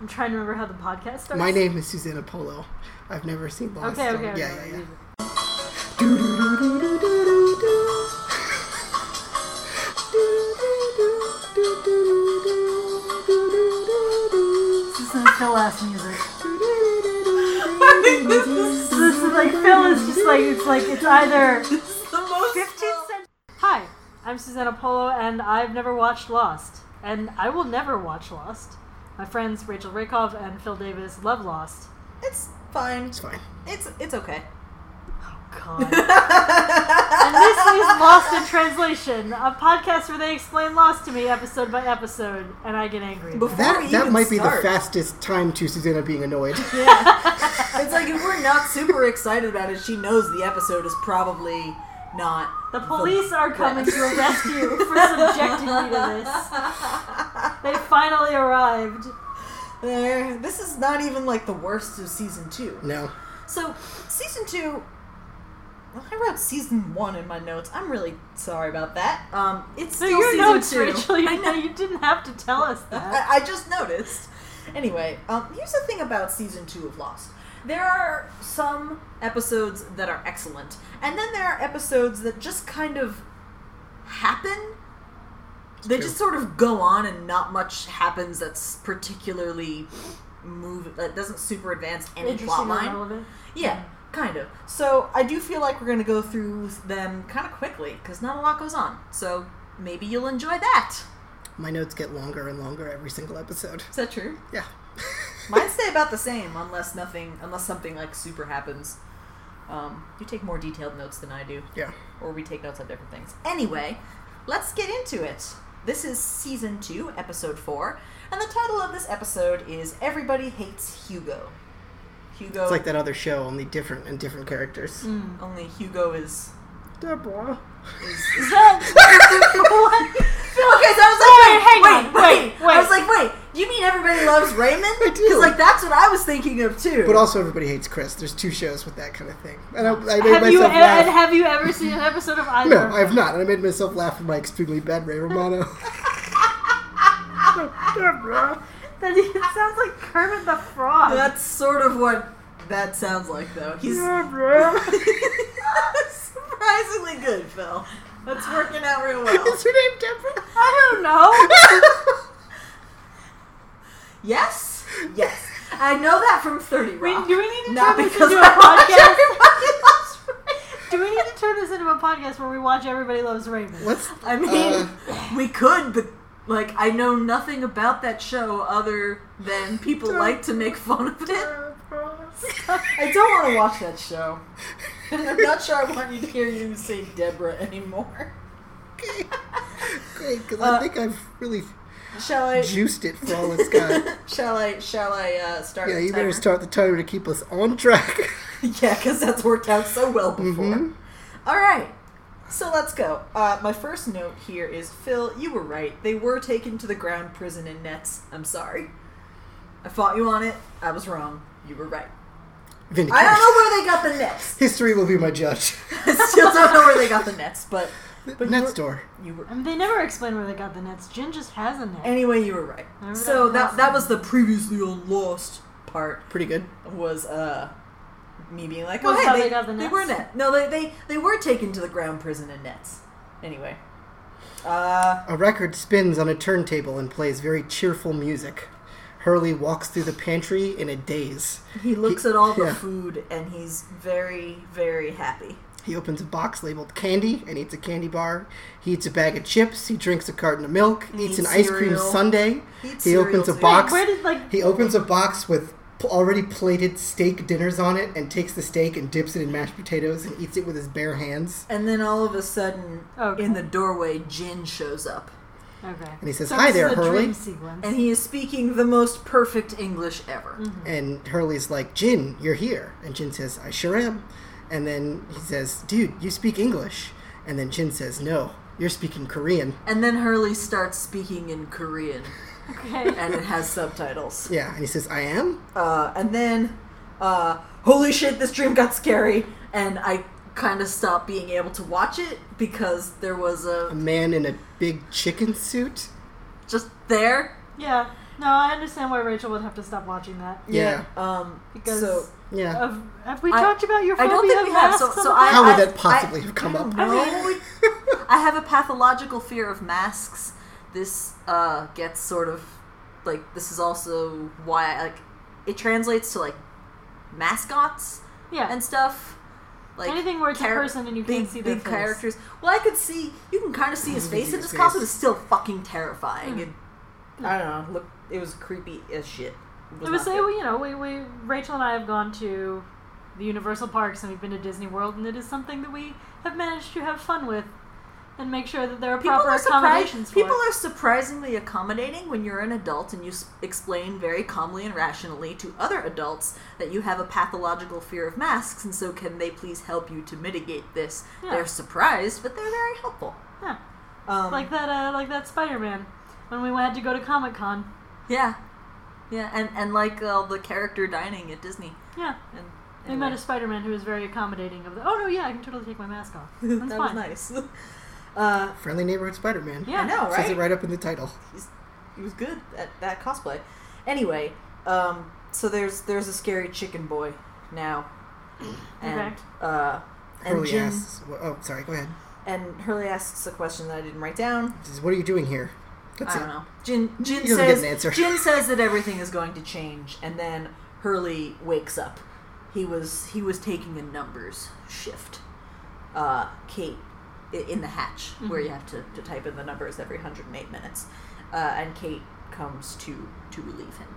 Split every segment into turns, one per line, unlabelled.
I'm trying to remember how the podcast starts.
My name is Susanna Polo. I've never seen Lost.
Okay,
so-
okay, okay.
yeah, yeah, yeah.
This is some Phil ass music. This is like Phil is just like it's like it's either
the most.
15th century. Hi, I'm Susanna Polo, and I've never watched Lost, and I will never watch Lost. My friends Rachel Rakoff and Phil Davis love Lost.
It's fine.
It's fine.
It's it's okay.
Oh God. And this is Lost in Translation, a podcast where they explain Lost to me episode by episode, and I get angry.
Before we
That, that
even
might be
start,
the fastest time to Susanna being annoyed.
It's like if we're not super excited about it, she knows the episode is probably not.
The police are coming to arrest you for subjecting me to this. They finally arrived.
There. Eh, This is not even like the worst of season two.
no.
So season two. well, I wrote season one in my notes. I'm really sorry about that. Um, it's
So
still
your
season
notes,
two. Uh,
Rachel, you, know, you didn't have to tell us that.
I, I just noticed. Anyway, um, here's the thing about season two of Lost. There are some episodes that are excellent, and then there are episodes that just kind of happen. They
true.
just sort of go on, and not much happens that's particularly move that doesn't super advance any plot
Interesting and
line.
relevant.
Yeah, kind of. So I do feel like we're going to go through them kind of quickly because not a lot goes on. So maybe you'll enjoy that.
My notes get longer and longer every single episode.
Is that true?
Yeah.
Mine stay about the same unless nothing, unless something like super happens. Um, you take more detailed notes than I do,
yeah.
or we take notes on different things. Anyway, let's get into it. This is season two, episode four, and the title of this episode is "Everybody Hates Hugo." Hugo,
It's like that other show, only different and different characters.
only Hugo is.
Mm.
Deborah.
Is that Okay, so I was like,
Wait,
wait,
hang
wait,
on,
wait,
wait, wait.
I was like, wait, you mean everybody loves Raymond?
I do.
Because like that's what I was thinking of too.
But also, everybody hates Chris. There's two shows with that kind of thing. And I, I made
Have
myself
you, and
laugh.
have you ever seen an episode of either?
No,
of
I have not. And I made myself laugh at my extremely bad Ray Romano. Deborah.
them? It sounds like Kermit the Frog.
That's sort of what that sounds like, though. He's
Deborah.
surprisingly good, Phil. That's working out real well.
Is her name Deborah?
I don't know.
Yes, yes. I know that from Thirty
We,
Rock.
do we need to
Not
turn this
because
into a
I watch
podcast?
everybody loves Raymond.
Do we need to turn this into a podcast where we watch Everybody Loves Raymond?
What's
I mean, we could, but like, I know nothing about that show other than people like to make fun of it. I don't want to watch that show. I'm not sure I want you to hear you say Deborah anymore.
Okay. Great, because
Uh,
I think I've really
Shall I?
juiced it for all it's got.
shall I? Shall I uh, start?
yeah,
the
you better
timer?
start the timer to keep us on track.
Yeah, because that's worked out so well before.
Mhm.
All right. So let's go. Uh, my first note here is Phil, you were right. They were taken to the ground prison in nets. I'm sorry. I fought you on it. I was wrong. You were right. I
Vindication.
don't know where they got the nets.
History will be my judge.
I still don't know where they got the nets, but But
Net
you're-
store.
you were.
I mean, they never explain where they got the nets. Jin just has a net.
Anyway, you were right.
Remember
So
that
that that was the previously on Lost part.
Pretty good.
was uh me being like, oh
Was how
hey,
they
they,
got the
they
nets?
were net. No, they, they they were taken to the ground prison in nets. Anyway, uh,
A record spins on a turntable and plays very cheerful music. Hurley walks through the pantry in a daze.
he looks at all the
yeah.
food and he's very very happy.
He opens a box labeled candy and eats a candy bar. He eats a bag of chips. He drinks a carton of milk.
He
eats
eats
an ice cream
cereal.
sundae.
He eats
He
cereal
opens a
too.
Wait,
box.
where did like
He opens a box with p- already plated steak dinners on it and takes the steak and dips it in mashed potatoes and eats it with his bare hands.
And then all of a sudden,
Okay.
in the doorway, Jin shows up,
okay?
And he says,
so
"Hi
this
there,
is a
Hurley."
Dream sequence.
and he is speaking the most perfect English ever.
And Hurley's like, Jin, you're here. And Jin says, I sure am. And then he says, Dude, you speak English. And then Jin says, No, you're speaking Korean.
And then Hurley starts speaking in Korean,
okay.
and it has subtitles.
Yeah. And he says, I am?
uh, and then uh, holy shit this dream got scary and i kind of stopped being able to watch it because there was
A
a
man in a big chicken suit?
just there
Yeah. No, I understand why Rachel would have to stop watching that.
Yeah.
Um,
Because
so
Yeah.
of, have we
I-
talked about your
I
phobia
don't think
of
we have.
masks
So,
on
so
the
I,
podcast?
How would
I-
that possibly
I-
have come
I don't
up?
know. I have a pathological fear of masks. This uh, gets sort of like this is also why I, like it translates to like mascots
yeah.
and stuff. Like
Anything where it's a person and you
big,
can't see their
big
face.
characters. Well, I could see you can kind of see his
You can
face
see
in
his
this costume.
face.
It's still fucking terrifying.
Hmm.
It, I don't know. Look, it was creepy as shit.
I would
not
say,
good.
well, you know, we, we Rachel and I have gone to the Universal parks and we've been to Disney World, and it is something that we have managed to have fun with and make sure that there are
People
proper
are,
accommodations
surprised. people
for. it.
are surprisingly accommodating when you're an adult and you s- explain very calmly and rationally to other adults that you have a pathological fear of masks, and so can they please help you to mitigate this?
Yeah.
They're surprised, but they're very helpful.
Yeah.
Um,
like that, uh, like that Spider-Man when we had to go to Comic Con.
yeah, yeah, and and like all the character dining at Disney.
Yeah,
And
we met a Spider-Man who was very accommodating. Of the, oh no, yeah, I can totally take my mask off. That's
that was
fine.
nice. Uh,
Friendly neighborhood Spider-Man.
Yeah.
I know, right?
Says it right up in the title.
he's, he was good at that cosplay. Anyway, um, so there's there's a scary chicken boy now, and
Okay.
uh, and
Hurley
Jin-
asks. wh- Oh, sorry. Go ahead.
and Hurley asks a question that I didn't write down.
He says, what are you doing here? That's
I
it.
don't know. Jin Jin
You don't get
says
an answer.
Jin says that everything is going to change, and then Hurley wakes up. He was he was taking a numbers shift. Uh, Kate i- in the hatch where
Mm-hmm.
you have to, to type in the numbers every 108 minutes, uh, and Kate comes to to relieve him.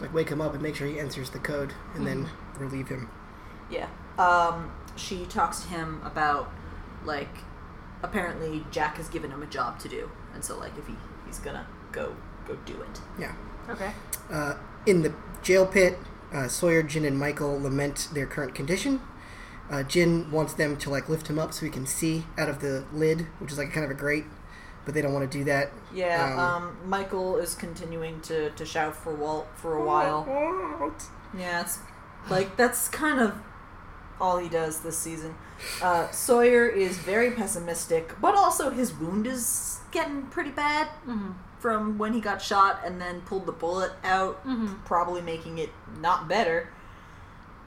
Like wake him up and make sure he enters the code,
Hmm.
and then relieve him.
Yeah. Um, she talks to him about like apparently Jack has given him a job to do, and so like if he he's gonna go go do it.
Yeah.
Okay.
Uh, in the jail pit, uh, Sawyer, Jin, and Michael lament their current condition. Uh, Jin wants them to like lift him up so he can see out of the lid, which is like kind of a grate, but they don't want to do that.
Yeah. Um, Michael is continuing to to shout for Walt for a while. Yeah. It's like that's kind of all he does this season. Uh, Sawyer is very pessimistic, but also his wound is getting pretty bad
Mm-hmm.
from when he got shot and then pulled the bullet out.
Mm-hmm.
probably making it not better.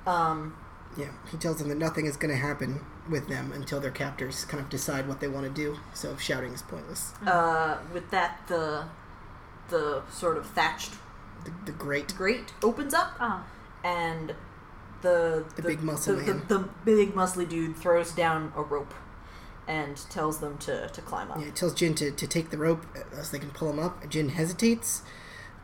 Um,
Yeah, he tells them that nothing is going to happen with them until their captors kind of decide what they want to do. So shouting is pointless.
Mm-hmm.
uh, with that, the the sort of thatched
The, the grate.
grate opens up,
Uh-huh.
and the
The big muscle
the, the-
man.
the big muscly dude throws down a rope and tells them to to climb up.
Yeah, he tells Jin to, to take the rope uh, so they can pull him up. Jin hesitates,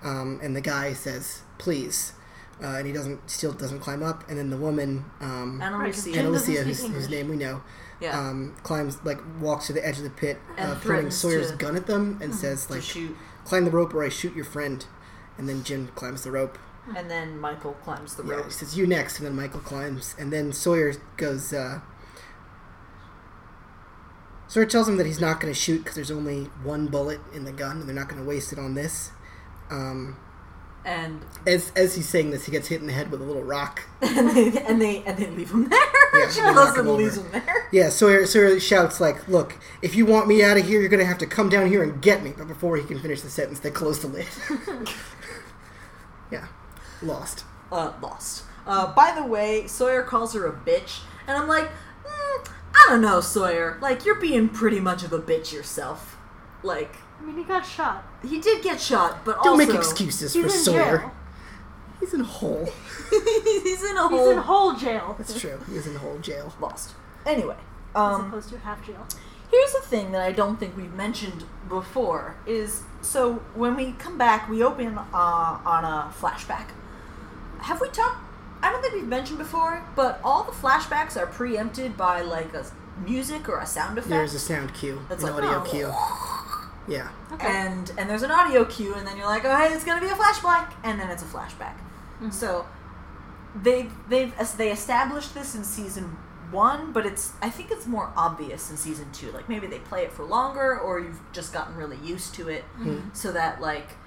um, and the guy says, "Please," uh, and he doesn't still doesn't climb up. And then the woman. Um,
And
Right,
Alicia,
Jin
and
doesn't
Alicia,
speak
whose, whose
English.
name we know,
yeah,
um, climbs like walks to the edge of the pit,
And
uh, pointing
threatens
Sawyer's
to-
gun at them, and says
to
like,
shoot,
"Climb the rope or I shoot your friend." And then Jin climbs the rope.
and then Michael climbs the
Yeah,
rope.
he says, "You next," and then Michael climbs, and then Sawyer goes. Uh, Sawyer tells him that he's not going to shoot because there's only one bullet in the gun, and they're not going to waste it on this. Um,
And
as as he's saying this, he gets hit in the head with a little rock.
and they and they and they leave him there.
Yeah,
she
they knock
goes
him
and leaves
over.
him there.
Yeah, Sawyer, Sawyer shouts like, "Look, if you want me out of here, you're gonna have to come down here and get me." But before he can finish the sentence, they close the lid. yeah, lost.
uh, lost. Uh, by the way, Sawyer calls her a bitch, and I'm like, mm, I don't know, Sawyer. Like, you're being pretty much of a bitch yourself. Like,
I mean, he got shot.
he did get shot, but
Don't
also
make excuses
He's
for
in
Sawyer.
jail.
He's in a hole.
he's in a
He's
hole.
in whole jail
That's true. He's in a whole jail.
Lost. Anyway,
as
um,
opposed to half jail.
here's the thing that I don't think we've mentioned before is so when we come back, we open uh, on a flashback. Have we talked? I don't think we've mentioned before, but all the flashbacks are preempted by like a s- music or a sound effect.
There's a sound cue,
That's
an
like,
audio
oh.
cue. Yeah,
Okay.
and and there's an audio cue, and then you're like, oh hey, it's gonna be a flashback, and then it's a flashback. So they they've as they established this in season one, but it's I think it's more obvious in season two. Like maybe they play it for longer, or you've just gotten really used to it,
Mm-hmm.
so that like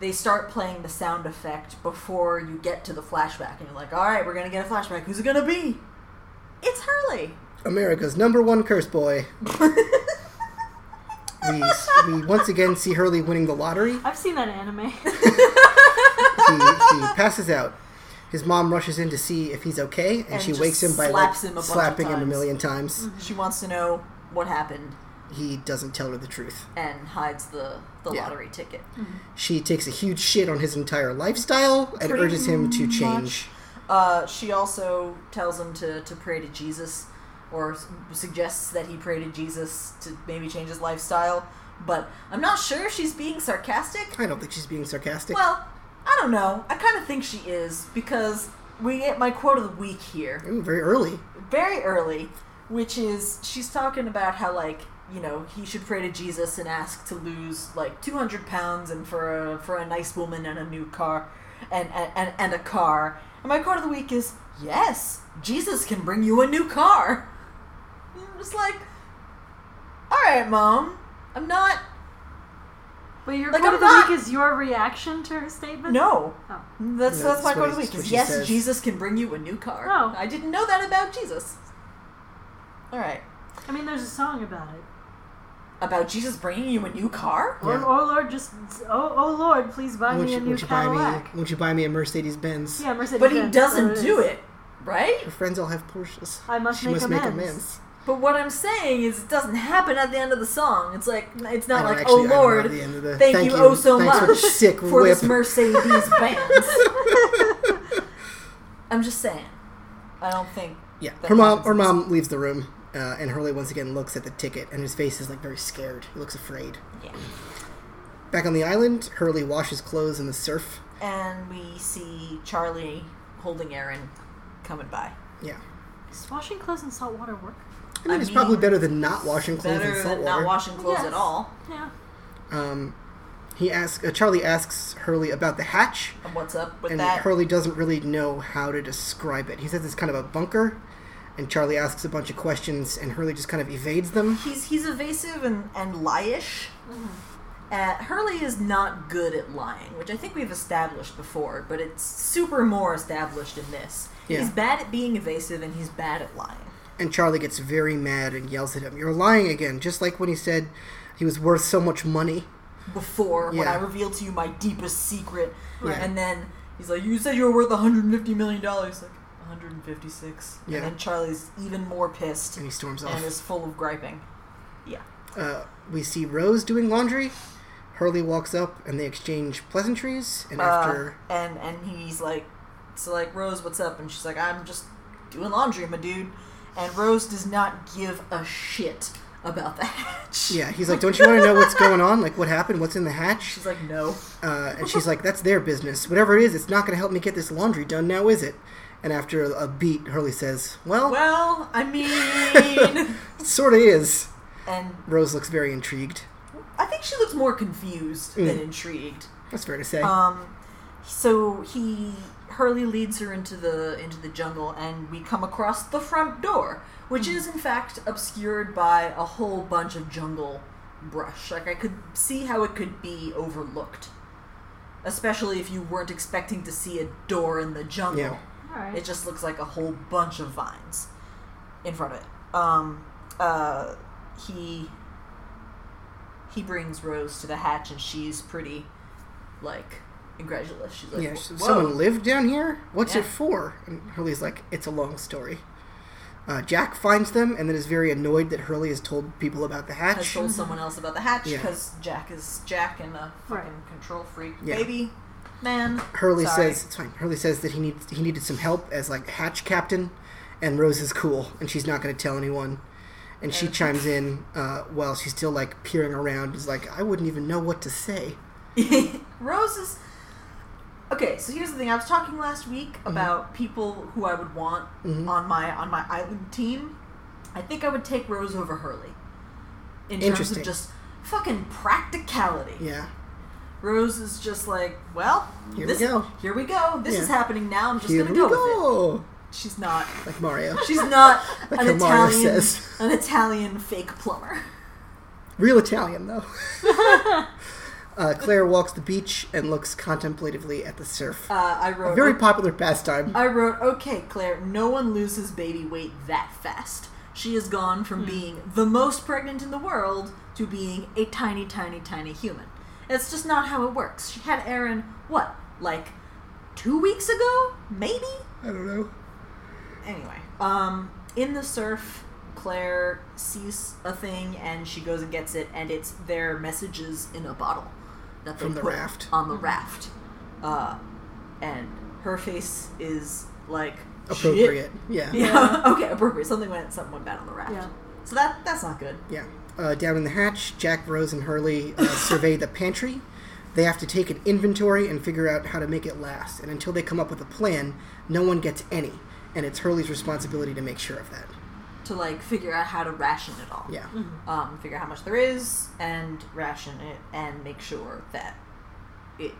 they start playing the sound effect before you get to the flashback, and you're like, all right, we're gonna get a flashback. Who's it gonna be? It's Hurley.
America's number one curse boy. we, we once again see Hurley winning the lottery.
I've seen that anime.
She, she passes out. His mom rushes in to see if he's okay, and,
And
she
just
wakes him by
slaps
like,
him a bunch of
slapping him a
times. Mm.
million times.
She wants to know what happened
He doesn't tell her the truth.
and hides the, the
Yeah.
lottery ticket.
She takes a huge shit on his entire lifestyle and
Pretty
urges him to
much.
change.
Uh, she also tells him to, to pray to Jesus, or s- suggests that he pray to Jesus to maybe change his lifestyle. But I'm not sure if she's being sarcastic.
I don't think she's being sarcastic.
Well, I don't know. I kind of think she is because we get my quote of the week here
Ooh, very early.
very early, which is she's talking about how like you know he should pray to Jesus and ask to lose like 200 pounds and for a, for a nice woman and a new car and and, and and a car. And my quote of the week is yes, Jesus can bring you a new car. And I'm just like, all right, mom, I'm not.
But your
Like,
quote
I'm
of the
not-
week is your reaction to her statement?
No,
Oh.
that's
No,
that's my
that's what
quote of the
he-
week.
what
Is
she
yes,
says.
Jesus can bring you a new car.
Oh.
I didn't know that about Jesus. All right.
I mean, there's a song about it.
about Jesus bringing you a new car?
Or,
Yeah.
oh Lord, just oh, oh Lord, please buy
Won't
me a
you,
new
won't you buy me?
Cadillac.
Won't you buy me a Mercedes Benz?
Yeah, Mercedes.
But he
Benz,
doesn't
so
do
is.
it, right?
Her friends all have Porsches.
I must
she
make
must make
amends.
amends.
But what I'm saying is it doesn't happen at the end of the song. It's like it's
I
not
don't
like,
actually- I
oh
don't know
Lord,
the end of the-
thank,
thank
you,
you,
oh so
thanks for
much
the sick
for this
whip."
Mercedes Benz. I'm just saying. I don't think
Yeah.
that
her mom.
happens.
Her mom leaves the room, uh, and Hurley once again looks at the ticket, and his face is like very scared. He looks afraid.
Yeah.
Back on the island, Hurley washes clothes in the surf.
And we see Charlie holding Aaron coming by.
Yeah.
Is washing clothes in salt water work?
I mean,
I
it's
mean,
probably better than not washing clothes in
Better
salt
than not
water.
washing clothes
Yes.
at all.
Yeah.
Um, he asks. Uh, Charlie asks Hurley about the hatch,
And what's up with
and
that?
Hurley doesn't really know how to describe it. He says it's kind of a bunker, and Charlie asks a bunch of questions, and Hurley just kind of evades them.
he's he's evasive and and lyish.
Mm-hmm.
Uh, Hurley is not good at lying, which I think we've established before, but it's super more established in this.
Yeah.
He's bad at being evasive and he's bad at lying.
And Charlie gets very mad and yells at him, "You're lying again!" Just like when he said he was worth so much money.
Before, when
Yeah.
I revealed to you my deepest secret,
Yeah.
and then he's like, "You said you were worth 150 million dollars." Like 156.
Yeah.
And then Charlie's even more pissed
And he storms
and
off.
is full of griping. Yeah.
Uh, we see Rose doing laundry. Hurley walks up, and they exchange pleasantries. And
Uh,
after,
and and he's like, so like Rose, what's up? And she's like, I'm just doing laundry, my dude. And Rose does not give a shit about the hatch.
yeah, he's like, "Don't you want to know what's going on? Like, what happened? What's in the hatch?"
She's like, no.
Uh, and she's like, "That's their business. Whatever it is, it's not going to help me get this laundry done now, is it?" And after a, a beat, Hurley says, "Well,
Well, I mean,
sort of is."
and
Rose looks very intrigued.
I think she looks more confused than intrigued.
That's fair to say.
Um, so he Hurley leads her into the into the jungle, and we come across the front door, which is in fact obscured by a whole bunch of jungle brush. Like I could see how it could be overlooked, especially if you weren't expecting to see a door in the jungle.
Yeah.
All right.
It just looks like a whole bunch of vines in front of it. Um, uh, he he brings Rose to the hatch, and she's pretty like incredulous. She's like,
yeah,
"Wh-
she-
whoa,
someone lived down here. What's it
Yeah.
for? And Hurley's like, "It's a long story." Uh, Jack finds them and then is very annoyed that Hurley has told people about the
has
hatch.
told someone else about the hatch
Yeah.
because Jack is Jack and a fucking
Right.
control freak
Yeah.
baby man.
Hurley
Sorry.
says it's fine. Hurley says that he needs he needed some help as like hatch captain, and Rose is cool and she's not going to tell anyone. And she chimes in uh, while she's still like peering around. Is like I wouldn't even know what to say.
Rose is okay. So here's the thing: I was talking last week
Mm-hmm.
about people who I would want on my on my island team. I think I would take Rose over Hurley in terms
Interesting.
of just fucking practicality.
Yeah,
Rose is just like, well,
Here we
this,
go.
Here we go. This
Yeah.
is happening now. I'm just
here
gonna
we
go, with
go.
it. She's not.
Like Mario,
She's not
Like
an
how Mario
Italian.
says.
An Italian fake plumber.
real Italian though. uh, Claire walks the beach and looks contemplatively at the surf.
Uh, I wrote
Very popular pastime.
I wrote, okay, Claire, no one loses baby weight that fast. she has gone from being the most pregnant in the world to being a tiny, tiny, tiny human. It's just not how it works. She had Aaron, what, like two weeks ago? Maybe?
I don't know.
anyway, um, in the surf, Claire sees a thing and she goes and gets it, and it's their messages in a bottle that they
From the
put
raft.
on the raft. Uh, and her face is like shit.
Appropriate. Yeah. Yeah.
Yeah. okay, appropriate. Something went something went bad on the raft.
Yeah.
So that that's not good.
Uh, down in the hatch, Jack, Rose, and Hurley uh, survey the pantry. They have to take an inventory and figure out how to make it last. And until they come up with a plan, no one gets any. And it's Hurley's responsibility to make sure of that.
To like figure out how to ration it all.
Yeah.
Um, figure out how much there is and ration it and make sure that it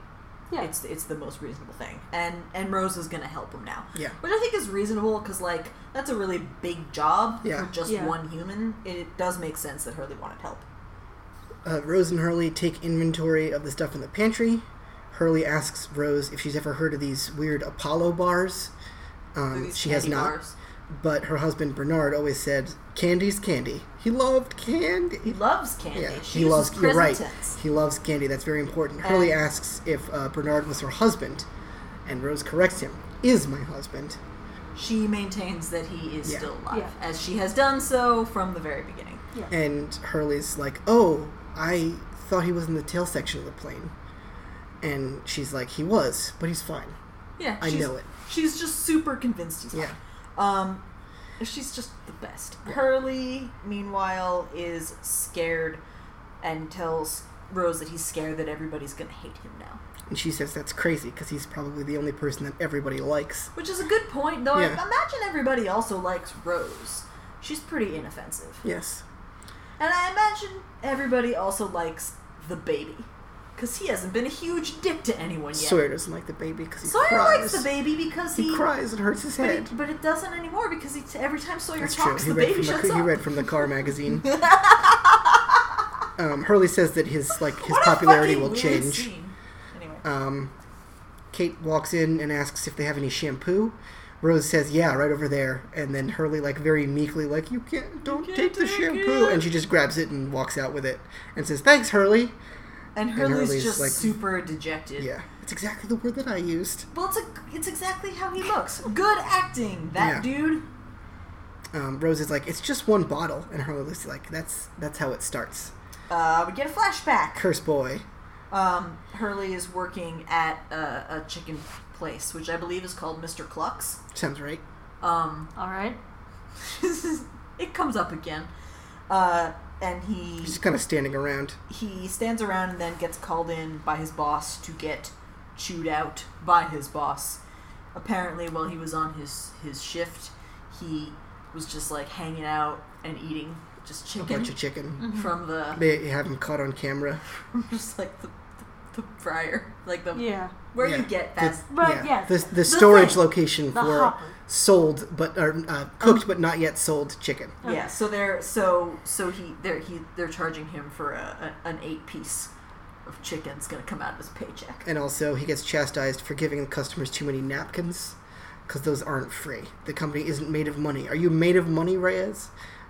Yeah.
it's it's the most reasonable thing and and rose is gonna help him now
Yeah.
which i think is reasonable because like that's a really big job
Yeah.
for just
Yeah.
one human it does make sense that hurley wanted help
Uh, Rose and Hurley take inventory of the stuff in the pantry. Hurley asks Rose if she's ever heard of these weird Apollo bars. Um,
These
she has
candy
not.
bars.
But her husband Bernard always said, "Candy's candy." He loved candy.
he loves candy
Yeah,
she
he
uses
loves. You're
present
right.
tense.
He loves candy. That's very important. Hurley asks if uh, Bernard was her husband, and Rose corrects him: "Is my husband."
she maintains that he is
Yeah.
still alive
Yeah.
as she has done so from the very beginning
And Hurley's like, "Oh, I thought he was in the tail section of the plane," and she's like, "He was, but he's fine."
yeah
I
she's-
know it.
she's just super convinced he's
Yeah.
alive. Um, she's just the best. Hurley, meanwhile, is scared and tells Rose that he's scared that everybody's gonna hate him now.
And she says that's crazy because he's probably the only person that everybody likes.
Which is a good point, though.
Yeah.
I imagine everybody also likes Rose. She's pretty inoffensive.
Yes.
And I imagine everybody also likes the baby. Because he hasn't been a huge dick to anyone yet.
Sawyer doesn't like the baby because he
Sawyer
cries.
likes the baby because
He,
he.
cries and hurts his
But
head.
it, but it doesn't anymore because he t- every time Sawyer
That's true.
talks,
He
the
read,
baby
from the,
shuts
he
up.
read from the car magazine. um, Hurley says that his like his
What a
popularity
fucking
will
weird
change.
scene. Anyway.
Um, Kate walks in and asks if they have any shampoo. Rose says, "Yeah, right over there." And then Hurley, like very meekly, like, "You can't, don't
can't
take the
take
shampoo."
it.
And she just grabs it and walks out with it and says, "Thanks, Hurley."
and
Hurley's
Hurley's just
like-
super dejected.
Yeah, it's exactly the word that I used.
Well, it's, a, it's exactly how he looks. Good acting, that
Yeah.
dude.
Um, Rose is like, it's just one bottle, and Hurley's like, that's that's how it starts.
Uh, we get a flashback.
Curse boy.
Um, Hurley is working at a, a chicken place, which I believe is called Mr. Cluck's.
Sounds right.
Um,
All right.
it comes up again. Uh, and he
He's just kind of standing around.
he stands around and then gets called in by his boss to get chewed out by his boss. Apparently, while he was on his his shift, he was just like hanging out and eating just
A
chicken
bunch of
Mm-hmm.
chicken.
from the
They have him caught on camera.
just like the, the, the fryer, like the
Yeah.
where
Yeah.
you get fast.
The,
Right, yes.
The, the, storage
thing.
location
The Mm.
for
hopper.
sold but or, uh, cooked but not yet sold chicken.
Yeah, so they're so so he they're he they're charging him for a, a an eight piece of chicken's gonna come out of his paycheck.
And also, he gets chastised for giving customers too many napkins because those aren't free. The company isn't made of money. Are you made of money, Reyes?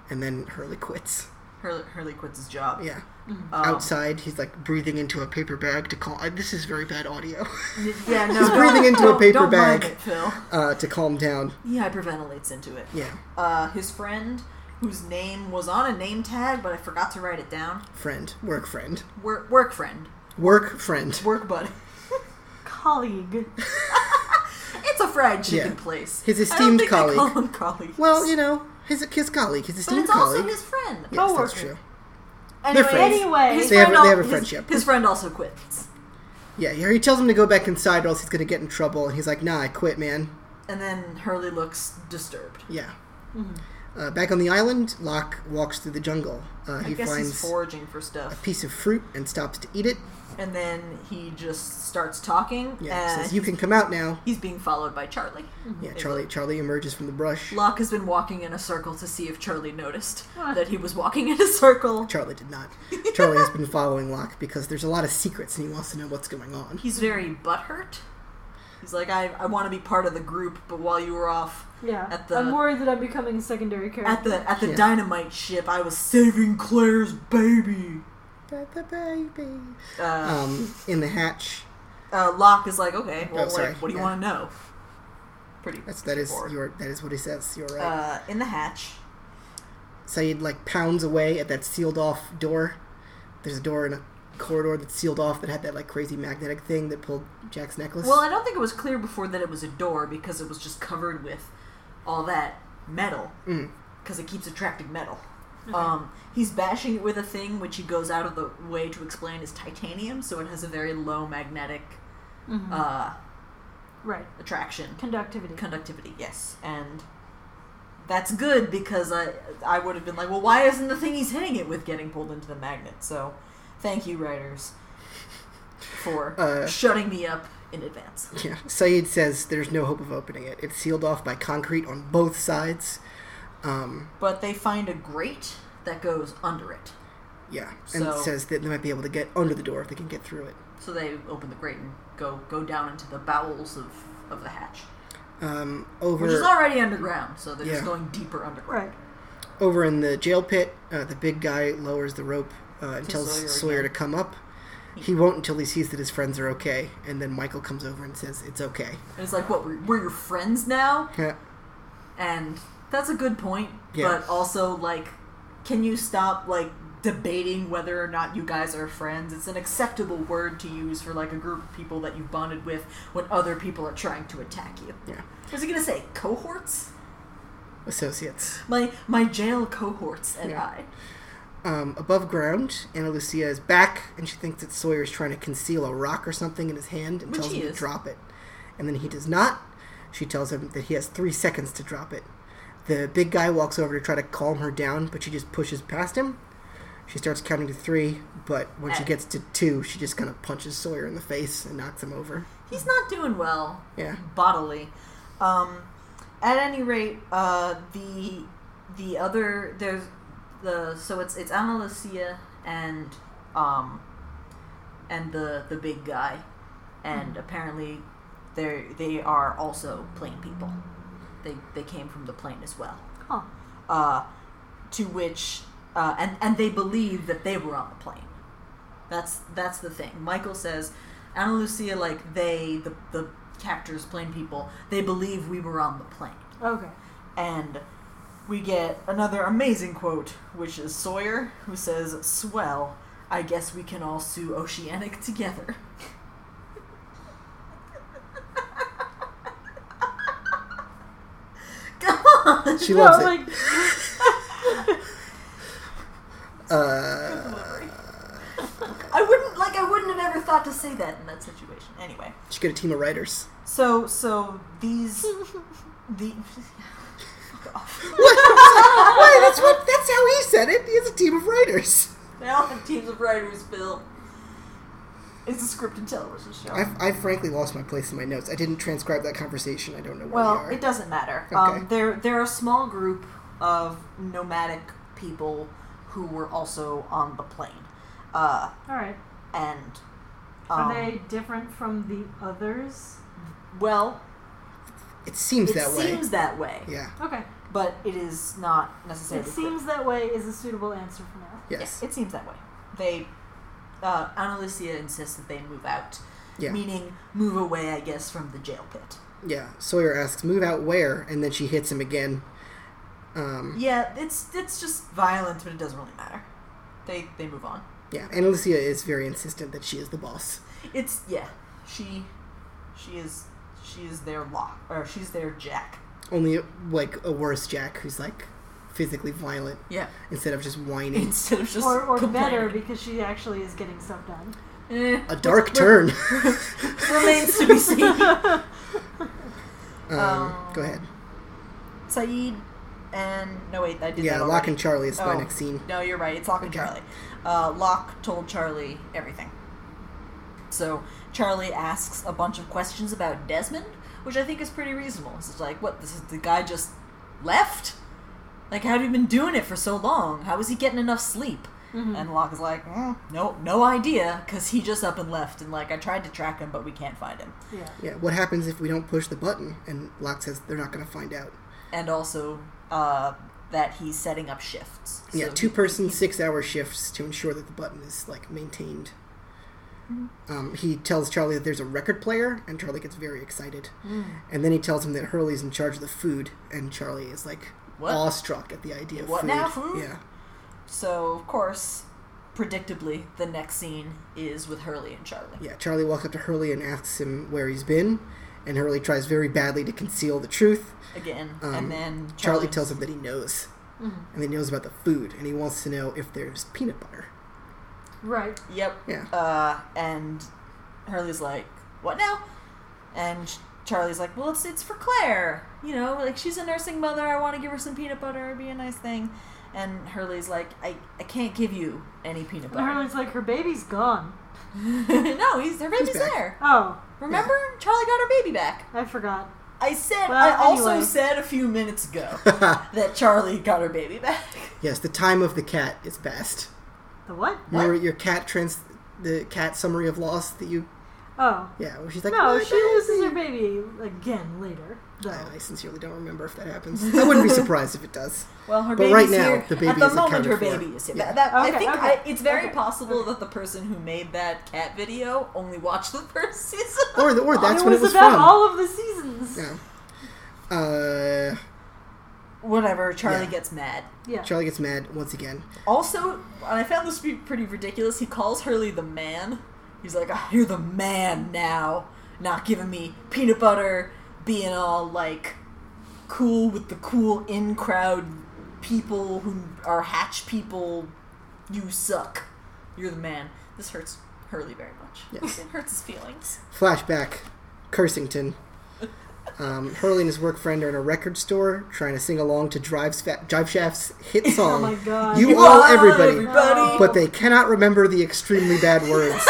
And then Hurley quits.
Hurley, Hurley quits his job.
Yeah.
Oh.
Um,
Outside, he's like breathing into a paper bag to call. Uh, this is very bad audio.
Yeah, no,
He's
don't-
breathing into a
don't-
paper
don't mind
bag.
it, Phil.
uh, to calm down.
He hyperventilates into it.
Yeah,
Uh, his friend, whose name was on a name tag, but I forgot to write it down.
friend, work friend,
Work, work friend,
work friend.
work buddy.
Colleague.
It's a fried chicken
Yeah.
place.
His
I don't
esteemed
think they
colleague.
call him colleagues.
Well, you know, his his colleague, his
but
esteemed
it's
colleague.
also his friend.
yes, that's
coworker.
true.
Anyway,
friends.
Anyway.
his
They have-
friend al-
they have a
his-
friendship.
His, friend also quits,
Yeah, yeah, he tells him to go back inside, or else he's gonna get in trouble. And he's like, "Nah, I quit, man."
and then Hurley looks disturbed.
Yeah.
Mm-hmm.
Uh, back on the island, Locke walks through the jungle. Uh,
I
he
guess he's
finds a
foraging for stuff,
piece of fruit and stops to eat it.
and then he just starts talking.
Yeah,
and
says, "You can come out now."
he's being followed by Charlie.
Yeah, Charlie. Charlie emerges from the brush.
Locke has been walking in a circle to see if Charlie noticed that he was walking in a circle.
Charlie did not. Charlie has been following Locke because there's a lot of secrets, and he wants to know what's going on.
He's very butthurt. He's like, I, I want to be part of the group, but while you were off
Yeah.
At the-
I'm worried that I'm becoming a secondary character.
at the at the
Yeah.
dynamite ship, I was saving Claire's baby.
Baby.
Uh,
Um, in the hatch.
uh, Locke is like, okay, well,
Oh, sorry.
what, what do you
Yeah.
want to know? Pretty.
That's that is
straightforward.
your that is what he says. You're right.
uh, in the hatch.
Saeed like pounds away at that sealed off door. There's a door in a corridor that's sealed off that had that like crazy magnetic thing that pulled Jack's necklace.
Well, I don't think it was clear before that it was a door because it was just covered with all that metal
Mm.
because it keeps attracting metal. Um, he's bashing it with a thing which he goes out of the way to explain is titanium, so it has a very low magnetic
Mhm.
Mm.
uh,
right.
attraction.
Conductivity.
Conductivity, yes. And that's good because I I would have been like, well, why isn't the thing he's hitting it with getting pulled into the magnet? So thank you, writers, for
Uh,
shutting me up in advance.
yeah. Saeed says there's no hope of opening it. It's sealed off by concrete on both sides. Um,
but they find a grate that goes under it.
yeah, and
So-
says that they might be able to get under the door if they can get through it.
So they open the grate and go go down into the bowels of, of the hatch,
Um, over
which is already underground. So they're just
Yeah.
going deeper underground.
Right.
over in the jail pit, uh, the big guy lowers the rope uh, and
To
tells
Sawyer
Sawyer, to
again.
come up. He won't until he sees that his friends are okay, and then Michael comes over and says it's okay.
And it's like, what we're, we're your friends now,
Yeah.
and that's a good point.
Yeah.
But also, like, can you stop like debating whether or not you guys are friends? It's an acceptable word to use for like a group of people that you bonded with when other people are trying to attack you.
Yeah.
Was he gonna say cohorts?
Associates.
My my jail cohorts and
Yeah.
I.
Um, above ground, Anna Lucia is back, and she thinks that Sawyer's trying to conceal a rock or something in his hand and
Which
tells
he
him to
is.
drop it. And then he does not. She tells him that he has three seconds to drop it. The big guy walks over to try to calm her down, but she just pushes past him. She starts counting to three, but when she
Eh.
gets to two, she just kind of punches Sawyer in the face and knocks him over.
He's not doing well
Yeah.
bodily. Um, at any rate, uh, the the other there's the so it's it's Ana Lucia and um and the the big guy, and apparently they they are also plane people. They they came from the plane as well.
Huh.
Uh, to which uh, and and they believe that they were on the plane. That's that's the thing. Michael says, Ana Lucia, like they, the the captors, plane people, they believe we were on the plane.
Okay.
And we get another amazing quote, which is Sawyer, who says, "Swell, I guess we can all sue Oceanic together." Come on.
She loves
No,
it.
like,
Uh,
I wouldn't like. I wouldn't have ever thought to say that in that situation. Anyway.
she got a team of writers.
So so these the fuck off.
Wait, that's what. That's how he said it. He has a team of writers.
They all have teams of writers, Bill. It's a scripted television show.
I've, I've frankly lost my place in my notes. I didn't transcribe that conversation. I don't know where we
well,
are.
it doesn't matter.
Okay.
Um, they're they're a small group of nomadic people who were also on the plane, uh,
all right.
and um,
Are they different from the others?
well,
it seems
it
that way.
seems that way,
Yeah.
Okay.
but it is not
It
necessarily. clear.
seems that way is a suitable answer for now.
Yes.
Yeah, it seems that way. They, uh, Ana Lucia insists that they move out,
Yeah.
meaning move away, I guess, from the jail pit.
Yeah. Sawyer asks, "Move out where?" And then she hits him again. Um,
Yeah, it's it's just violent, but it doesn't really matter. They they move on.
yeah. And Lucia is very insistent that she is the boss.
It's yeah, she she is she is their lock or she's their Jack.
Only like a worse Jack who's like physically violent
Yeah,
instead of just whining.
instead of just
Or, or better
complaining.
because she actually is getting stuff done.
Eh,
A dark turn.
remains to be seen.
um,
Um,
go ahead.
Saeed and no wait, I did
Yeah,
that
Locke
already.
and Charlie is my
Oh,
next scene.
No, you're right. It's Locke and
Okay.
Charlie. Uh, Locke told Charlie everything. So Charlie asks a bunch of questions about Desmond, which I think is pretty reasonable. It's like, what? This is the guy just left? Like, how have you been doing it for so long? How is he getting enough sleep?
Mm-hmm.
And Locke is like, mm, no, no idea, because he just up and left, and like I tried to track him, but we can't find him.
Yeah.
Yeah, what happens if we don't push the button? And Locke says they're not going to find out.
And also uh, that he's setting up shifts. So
yeah, two person, six hour shifts to ensure that the button is like maintained.
Mm-hmm.
Um, he tells Charlie that there's a record player, and Charlie gets very excited.
Mm.
And then he tells him that Hurley's in charge of the food, and Charlie is like
What?
awestruck at the idea of
What
food.
now, food?
Yeah,
So of course, predictably, the next scene is with Hurley and Charlie.
yeah. Charlie walks up to Hurley and asks him where he's been, and Hurley tries very badly to conceal the truth.
again,
Um,
and then
Charlie
Charlie,
tells him that he knows,
Mm-hmm.
and he knows about the food, and he wants to know if there's peanut butter.
Right.
"Yep."
Yeah.
Uh, and Hurley's like, "What now?" And Ch- Charlie's like, "Well, it's it's for Claire. You know, like she's a nursing mother. I want to give her some peanut butter. It'd be a nice thing." And Hurley's like, "I I can't give you any peanut
And
butter."
Hurley's like, her baby's gone.
no, he's her baby's
back.
there.
Oh,
Remember, Charlie got her baby back.
I forgot.
I said.
Well,
I also
anyway.
said a few minutes ago that Charlie got her baby back.
Yes, the time of the cat is best.
The what?
Remember your cat trans the cat summary of loss that you
Oh.
yeah where she's like
No,
"My
she loses her baby again later,
baby."
though.
I, I sincerely don't remember if that happens. I wouldn't be surprised if it does.
Well, her
But
baby's
right now,
here.
the baby
At the
is
moment, her
accounted for.
baby is here.
Yeah.
That, that- I
Okay,
think
okay,
I, it's very
okay,
possible that the person who made that cat video only watched the first season.
Or the, or that's
it
when
was
it was
about
from.
all of the seasons.
yeah. Uh,
Whatever. Charlie
Yeah.
gets mad.
Yeah.
Charlie gets mad once again.
Also, and I found this to be pretty ridiculous. He calls Hurley the man. He's like, "Ah, "You're the man now, not giving me peanut butter, being all like cool with the cool in crowd people who are hatch people. You suck. You're the man." This hurts Hurley very much.
Yes.
it hurts his feelings.
Flashback, Cursington. Um, Hurley and his work friend are in a record store trying to sing along to Drive, Sfa- Drive Shaft's hit song.
Oh my God.
You
You
all
are
everybody.
everybody.
But they cannot remember the extremely bad words.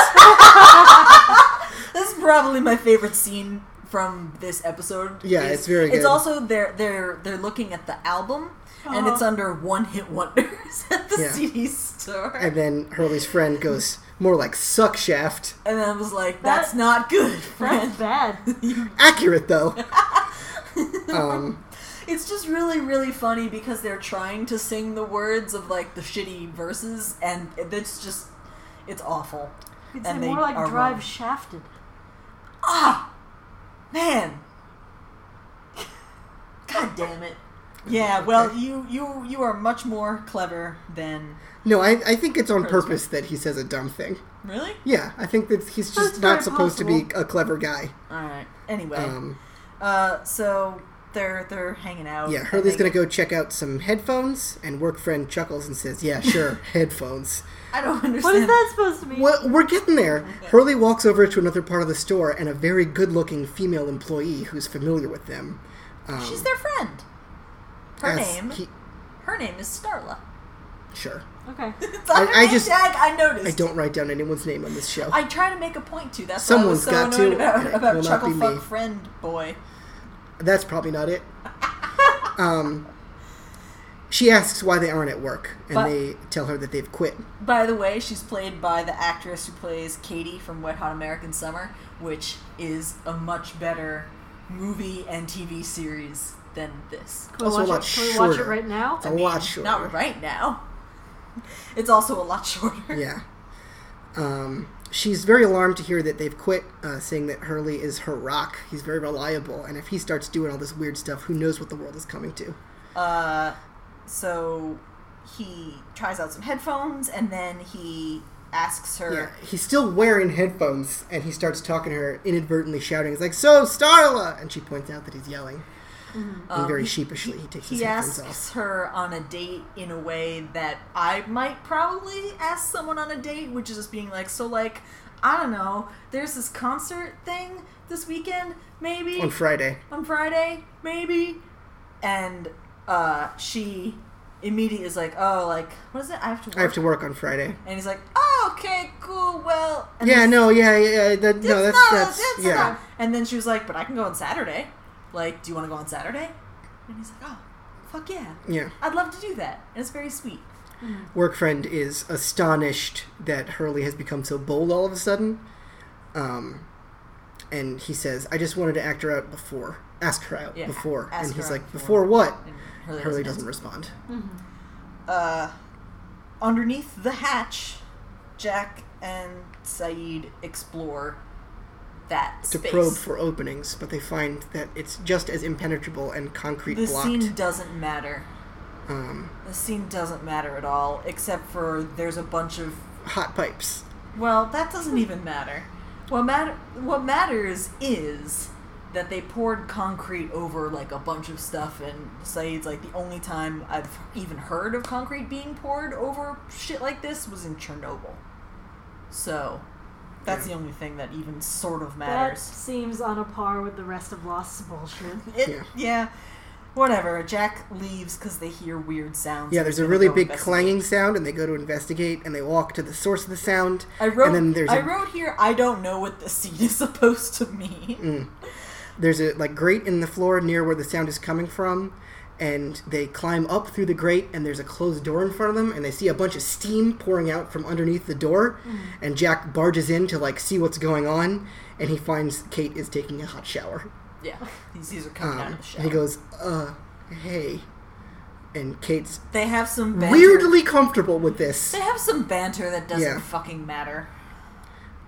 This is probably my favorite scene from this episode.
Yeah,
Is-
it's very good.
It's also they're they're they're looking at the album, and it's under one hit wonders at the
Yeah.
CD store.
and then Hurley's friend goes more like suck shaft.
and I was like,
That-
"That's not good, friend."
That's bad.
Accurate though. um,
It's just really, really funny because they're trying to sing the words of like the shitty verses, and it's just, it's awful.
You'd say
And they
more like
are
drive
wrong.
shafted.
Ah, man. God damn it. Yeah, well, you you you are much more clever than
no, I, I think it's on
Hurley's
purpose that he says a dumb thing.
really.
Yeah, I think that he's
That's
just not
very
supposed to be
possible.
a clever guy.
All right. Anyway,
Um,
uh, so they're they're hanging out.
yeah,
and
Hurley's
they-
gonna go check out some headphones, and work friend chuckles and says, "Yeah, sure, headphones."
I don't understand.
What is that supposed to mean?
Well, we're getting there. Hurley walks over to another part of the store, and a very good-looking female employee who's familiar with them. Um,
She's their friend. Her
asks-
name.
he-
her name is Starla.
sure.
Okay.
It's on
I-
her
I
name
just-
tag. I noticed.
I don't write down anyone's name on this show.
I try to make a point to. That's
Someone's
what I
got
was
to,
so annoyed
and
about
it
about
will not be
chuckle fuck
me.
friend boy.
That's probably not it. um, she asks why they aren't at work, and
But-
they tell her that they've quit.
By the way, she's played by the actress who plays Katie from Wet Hot American Summer, which is a much better movie and TV series than this.
Can we,
Also a
watch
lot
it? Can we watch it
shorter.
right now?
It's a lot shorter.
Not right now. It's also a lot shorter.
Yeah. Um, she's very alarmed to hear that they've quit, uh, saying that Hurley is her rock. He's very reliable, and if he starts doing all this weird stuff, who knows what the world is coming to?
Uh, so he tries out some headphones and then he asks
Yeah,
her.
he's still wearing headphones, and he starts talking to her, inadvertently shouting. He's like, "So, Starla!" And she points out that he's yelling, and
um,
very
he-
sheepishly he takes his
He
headphones off.
asks her on a date in a way that I might probably ask someone on a date, which is just being like, so like, I don't know, there's this concert thing this weekend, maybe?
On Friday,
on Friday, maybe. And uh, she immediately is like, oh, like, what is it? I have to work.
I have to work on Friday.
And he's like, oh, okay, cool, well. And
yeah,
then-
no, yeah, yeah, yeah, that, no,
It's
that's
not-
that's,
it's
yeah.
not. And then she was like, but I can go on Saturday. Like, do you want to go on Saturday? And he's like, oh, fuck yeah.
Yeah.
I'd love to do that. And it's very sweet.
Work friend is astonished that Hurley has become so bold all of a sudden. Um, and he says, "I just wanted to act her out before, ask her out
Yeah,
before."
ask
And
her
he's
out
like,
before.
"Before what?"
And
Hurley doesn't respond.
Mm-hmm.
uh, underneath the hatch, Jack and Saeed explore that
to
space.
probe for openings, but they find that it's just as impenetrable and concrete
the
blocked.
scene doesn't matter.
Um,
The scene doesn't matter at all, except for there's a bunch of.
hot pipes.
Well, that doesn't even matter. What matter? What matters is that they poured concrete over like a bunch of stuff, and Saeed's like the only time I've even heard of concrete being poured over shit like this was in Chernobyl. So, that's the only thing that even sort of
That
matters.
seems on a par with the rest of Lost's bullshit.
It,
Yeah.
yeah. Whatever. Jack leaves because they hear weird sounds.
Yeah,
and
there's
they're
a
gonna
really
go
big
investigate.
clanging sound, and they go to investigate, and they walk to the source of the sound.
I wrote.
and then there's
I
a-
wrote here. I don't know what the scene is supposed to mean.
There's a like grate in the floor near where the sound is coming from, and they climb up through the grate, and there's a closed door in front of them, and they see a bunch of steam pouring out from underneath the door, and Jack barges in to like see what's going on, and he finds Kate is taking a hot shower.
Yeah, he sees her coming out
Um,
of the shower.
and he goes, "Uh, hey," and Kate's
They have some banter.
weirdly comfortable with this.
They have some banter that doesn't
Yeah.
fucking matter.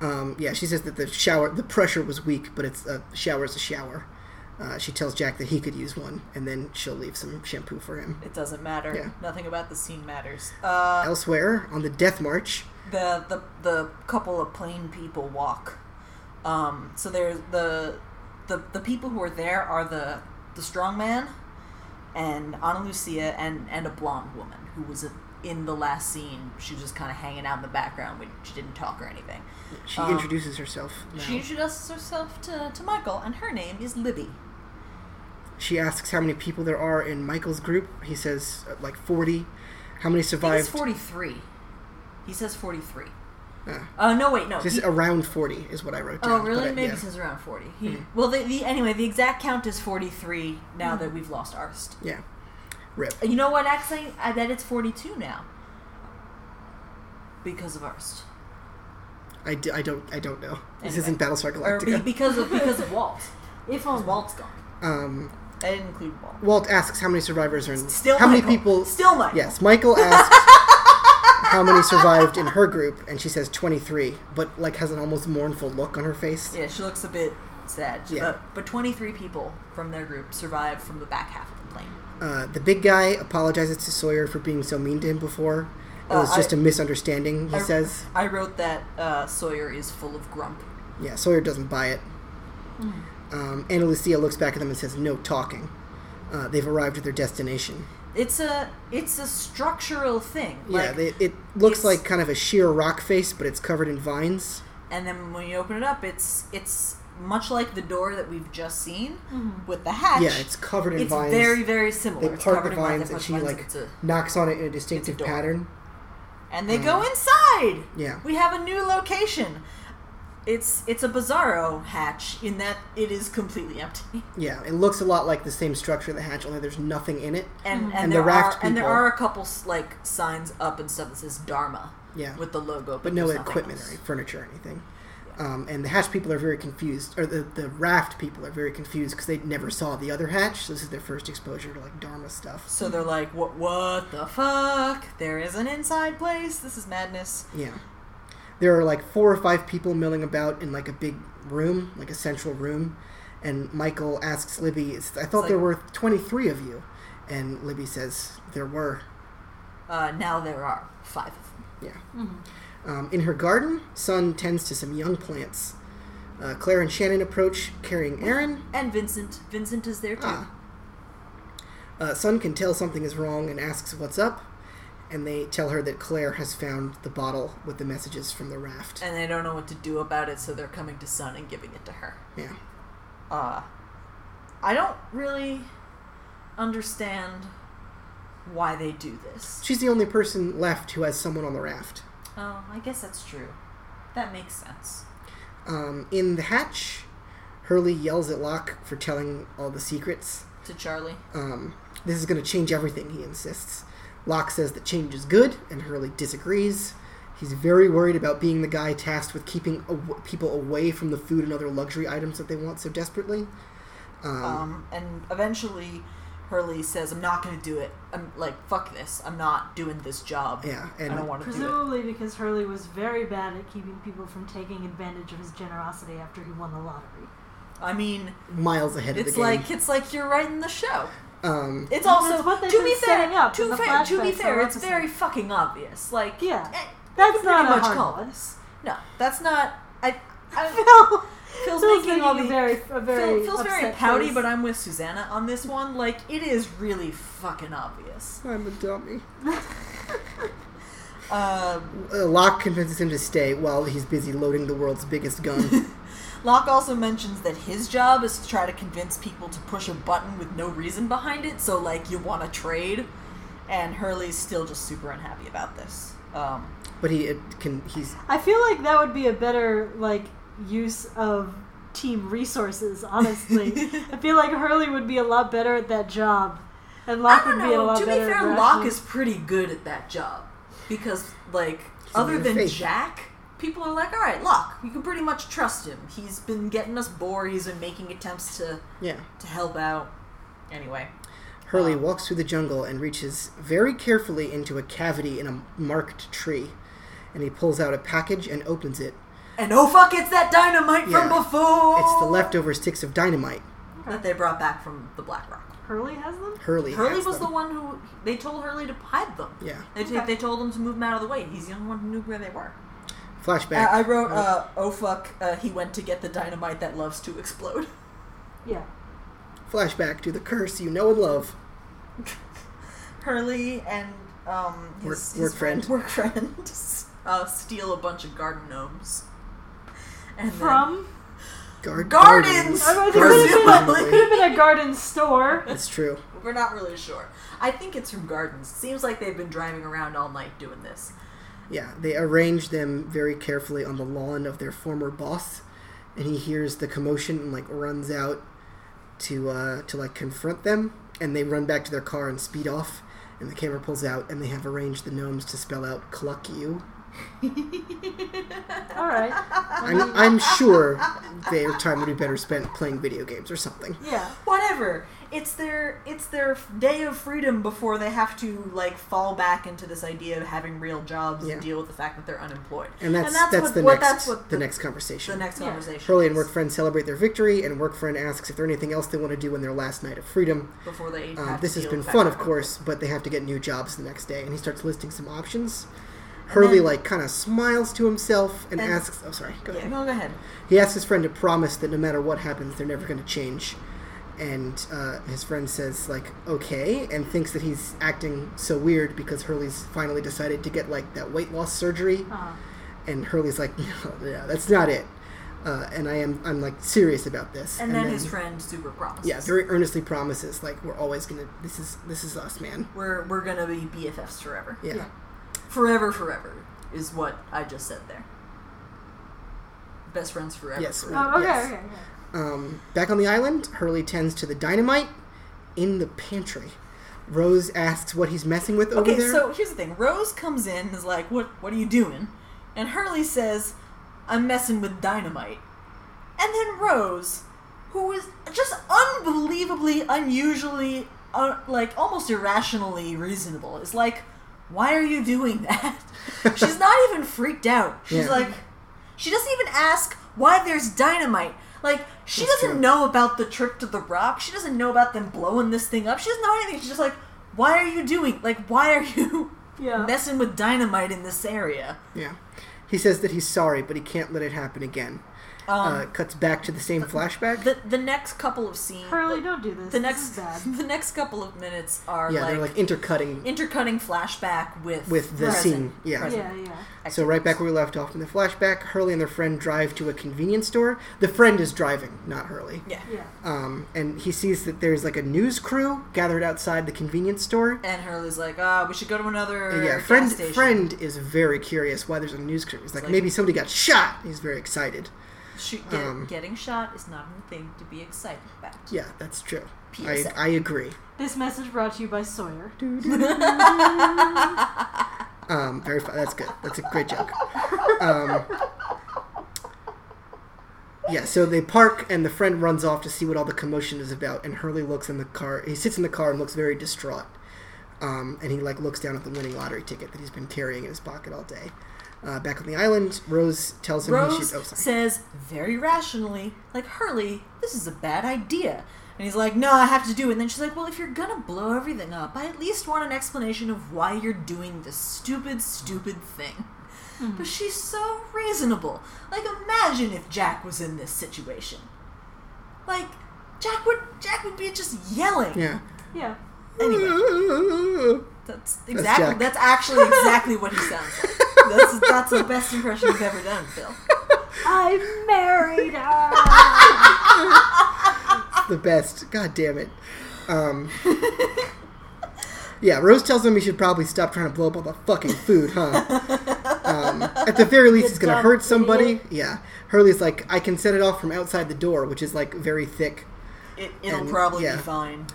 Um, yeah, she says that the shower, the pressure was weak, but it's a shower is a shower. Uh, she tells Jack that he could use one, and then she'll leave some shampoo for him.
It doesn't matter.
Yeah.
Nothing about the scene matters. Uh,
Elsewhere on the death march,
the the the couple of plain people walk. Um, so there's the the the people who are there are the the strong man and Ana Lucia and and a blonde woman who was a, in the last scene. She was just kind of hanging out in the background. We, she didn't talk or anything.
she
Um,
introduces herself.
She introduces herself to to Michael, and her name is Libby.
She asks how many people there are in Michael's group. He says uh, like forty. How many
I think it's
survived?
forty three. He says forty three.
Ah.
Uh, no, wait, no.
Just
he-
around forty is what I wrote down.
Oh,
but
really?
I-
Maybe
yeah. Hmm.
it says around 40. He, Well, the, the, anyway, the exact count is 43 now that we've lost Arst.
yeah. Rip.
You know what? Actually, I bet it's 42 now. Because of Arst.
I, d- I don't I don't know. This
Anyway.
isn't Battlestar
Or be,
Galactica.
because of because of Walt.
If only.
Walt's gone.
um,
I didn't include Walt.
Walt asks how many survivors are in.
Still
how many
Michael.
people?
Still Michael.
Yes, Michael asked how many survived in her group, and she says 23, but like has an almost mournful look on her face.
Yeah, she looks a bit sad.
Yeah.
But, but 23 people from their group survived from the back half of the plane.
Uh, the big guy apologizes to Sawyer for being so mean to him before. It was
Uh,
just a
I-
misunderstanding, he
I-
says.
I wrote that uh, Sawyer is full of grump.
Yeah, Sawyer doesn't buy it.
Hmm.
Um, Anna Lucia looks back at them and says, No talking. Uh, they've arrived at their destination.
It's a it's a structural thing.
yeah,
Like,
they, it looks
it's-
like kind of a sheer rock face, but it's covered in vines.
and then when you open it up, it's it's much like the door that we've just seen with the hatch.
Yeah, it's covered in
it's
vines.
very very similar.
they
it's
part the
covered in
vines,
they
and
part
she
the vines,
like
it's a-
knocks on it in a distinctive
door.
pattern.
and they go inside.
Yeah.
we have a new location. It's it's a bizarro hatch in that it is completely empty,
Yeah, it looks a lot like the same structure of the hatch, only there's nothing in it.
and and,
And the
there are
raft
and there
people.
are a couple s- like signs up and stuff that says Dharma.
Yeah.
with the logo,
But no
there's nothing
equipment
else.
or furniture or anything. Um, and the hatch people are very confused, or the, the raft people are very confused because they never saw the other hatch. So this is their first exposure to like Dharma stuff.
So they're like, what? What the fuck? There is an inside place. This is madness.
Yeah, there are like four or five people milling about in like a big room, like a central room. And Michael asks Libby, "I thought
like-
there were twenty three of you," and Libby says, "There were."
Uh, now there are five of them.
Yeah.
Mm-hmm.
Um, in her garden, Sun tends to some young plants. Uh, Claire and Shannon approach, carrying Aaron.
And Vincent. Vincent is there too.
Ah. Uh, Sun can tell something is wrong and asks what's up, and they tell her that Claire has found the bottle with the messages from the raft.
And they don't know what to do about it, so they're coming to Sun and giving it to her.
Yeah.
Uh, I don't really understand why they do this.
She's the only person left who has someone on the raft.
Oh, I guess that's true. That makes sense.
Um, in the hatch, Hurley yells at Locke for telling all the secrets.
To Charlie.
Um, this is going to change everything, he insists. Locke says that change is good, and Hurley disagrees. He's very worried about being the guy tasked with keeping aw- people away from the food and other luxury items that they want so desperately. Um,
Um, and eventually, Hurley says, "I'm not going to do it. I'm like, fuck this. I'm not doing this job.
yeah,
I
and
don't want to do it."
Presumably because Hurley was very bad at keeping people from taking advantage of his generosity after he won the lottery.
I mean,
miles ahead of the
it's
game.
like it's like you're writing the show.
um,
It's
Well,
also
that's what they've
to be
been
fair.
setting up in
to,
the
fair to be
flashbacks
fair,
all
it's
episode.
very fucking obvious. Like,
Yeah.
eh, you
That's
can pretty
not a
much
hard
call
one.
this. No, that's not. I. I
Phil,
Phil's,
Phil's
making all the
very, a very
Phil, Phil's very
upset
pouty,
face.
but I'm with Susanna on this one. Like, it is really fucking obvious.
I'm a dummy.
Um,
Uh, Locke convinces him to stay while he's busy loading the world's biggest gun.
Locke also mentions that his job is to try to convince people to push a button with no reason behind it. So, like, you want to trade, and Hurley's still just super unhappy about this. Um,
but he it can. He's
I feel like that would be a better like use of team resources. Honestly, I feel like Hurley would be a lot better at that job, and Locke
I don't
would be a
know.
lot
To be
better. at
fair,
rationing.
Locke is pretty good at that job because, like,
in
other
your
than
face.
Jack, people are like, "All right, Locke, you can pretty much trust him. He's been getting us bored. He's been making attempts to
yeah.
to help out." Anyway,
Hurley
Wow.
walks through the jungle and reaches very carefully into a cavity in a marked tree. And he pulls out a package and opens it.
and oh fuck, it's that dynamite
Yeah.
from before.
It's the leftover sticks of dynamite.
that they brought back from the Black Rock.
Hurley has them.
Hurley.
Hurley
has
was
them.
the one who they told Hurley to hide them.
Yeah.
They, t-
Okay.
they told him to move them out of the way. He's the only one who knew where they were.
Flashback.
Uh, I wrote, "Oh fuck, he went to get the dynamite that loves to explode."
Yeah,
Flashback to the curse you know and love.
Hurley and um, his,
Work-
his
work friend.
work friends, uh, steal a bunch of garden gnomes. And then-
from
Gar-
Gardens!
I don't know, it
Gardens,
could have been, it
presumably.
could have been a garden store.
That's true.
we're not really sure. I think it's from gardens. Seems like they've been driving around all night doing this.
Yeah, they arrange them very carefully on the lawn of their former boss, and he hears the commotion and like runs out to uh, to like confront them. And they run back to their car and speed off. And the camera pulls out, and they have arranged the gnomes to spell out "cluck you."
All right.
I'm, I'm sure their time would be better spent playing video games or something.
Yeah.
Whatever. It's their it's their day of freedom before they have to like fall back into this idea of having real jobs
Yeah.
and deal with the fact that they're unemployed.
And that's that's,
what,
the
what-
next
that's what
the, next conversation.
the next
Yeah.
conversation.
Hurley and
is
work friend celebrate their victory, and work friend asks if there's anything else they want to do on their last night of freedom.
before they.
Uh,
have to
this has
deal
been
with the
fun,
fact
of
that-
course, but they have to get new jobs the next day. And he starts listing some options. Hurley,
then-
like, kind of smiles to himself and,
And-
asks, oh, sorry, go
Yeah,
ahead.
no, go ahead.
He asks his friend to promise that no matter what happens, they're never going to change. And uh, his friend says, like, okay, and thinks that he's acting so weird because Hurley's finally decided to get, like, that weight loss surgery.
Uh,
And Hurley's like, no, yeah, that's not it. Uh, and I am, I'm, like, serious about this.
And, then, his friend super promises.
yeah, very earnestly promises, like, we're always going to, this is, this is us, man.
we're we're gonna be BFFs forever.
Yeah.
Yeah.
Forever, forever is what I just said there. Best friends forever.
Yes.
forever.
oh, okay,
Yes.
okay. okay.
Um, back on the island, Hurley tends to the dynamite in the pantry. Rose asks what he's messing with over
Okay,
there.
so here's the thing. Rose comes in and is like, "What? What are you doing?" And Hurley says, "I'm messing with dynamite." And then Rose, who is just unbelievably, unusually, uh, like almost irrationally reasonable, is like, "Why are you doing that?" She's not even freaked out. She's
Yeah.
like, she doesn't even ask why there's dynamite. Like she
That's
doesn't
true.
know about the trip to the rock. She doesn't know about them blowing this thing up. She doesn't know anything. She's just like, why are you doing? Like why are you
Yeah.
messing with dynamite in this area?
yeah, he says that he's sorry, but he can't let it happen again. uh, cuts back to the same flashback.
Um, The the next couple of scenes,
Hurley,
like,
don't do this.
the
This
next
is bad.
the next couple of minutes are
yeah,
like,
they're like intercutting
intercutting flashback with
with the
present.
scene. Yeah.
Present.
Yeah, yeah.
So right back where we left off in the flashback, Hurley and their friend drive to a convenience store. The friend is driving, not Hurley.
yeah.
Yeah.
Um, and he sees that there's like a news crew gathered outside the convenience store.
And Hurley's like, ah, we should go to another
yeah,
gas
friend
station.
friend is very curious why there's a news crew. He's like,
like-
maybe somebody got shot. He's very excited.
Shoot, get,
um,
getting shot is not a thing to be excited about.
Yeah, that's true. I,
PSA.
I agree.
This message brought to you by Sawyer.
Um, very fun. That's good. That's a great joke. Um, yeah, so they park and the friend runs off to see what all the commotion is about. And Hurley looks in the car. He sits in the car and looks very distraught. Um, and he like looks down at the winning lottery ticket that he's been carrying in his pocket all day. Uh, back on the island, Rose tells him he
Rose
should. Oh, sorry.
says very rationally, like, Hurley, this is a bad idea. And he's like, no, I have to do it. And then she's like, well, if you're gonna blow everything up, I at least want an explanation of why you're doing this stupid, stupid thing.
Hmm.
But she's so reasonable. Like, imagine if Jack was in this situation. Like, Jack would Jack would be just yelling.
yeah.
Yeah.
Anyway, that's exactly
Jack.
that's, actually exactly what he sounds like. That's that's the best impression you've ever done, Phil.
I married Ah, her.
the best. God damn it. Um, yeah, Rose tells him he should probably stop trying to blow up all the fucking food, huh? Um, at the very least, it's going to
dumb
hurt somebody.
idiot.
Yeah. Hurley's like, I can set it off from outside the door, which is like very thick.
It, it'll
And,
probably
yeah.
be fine.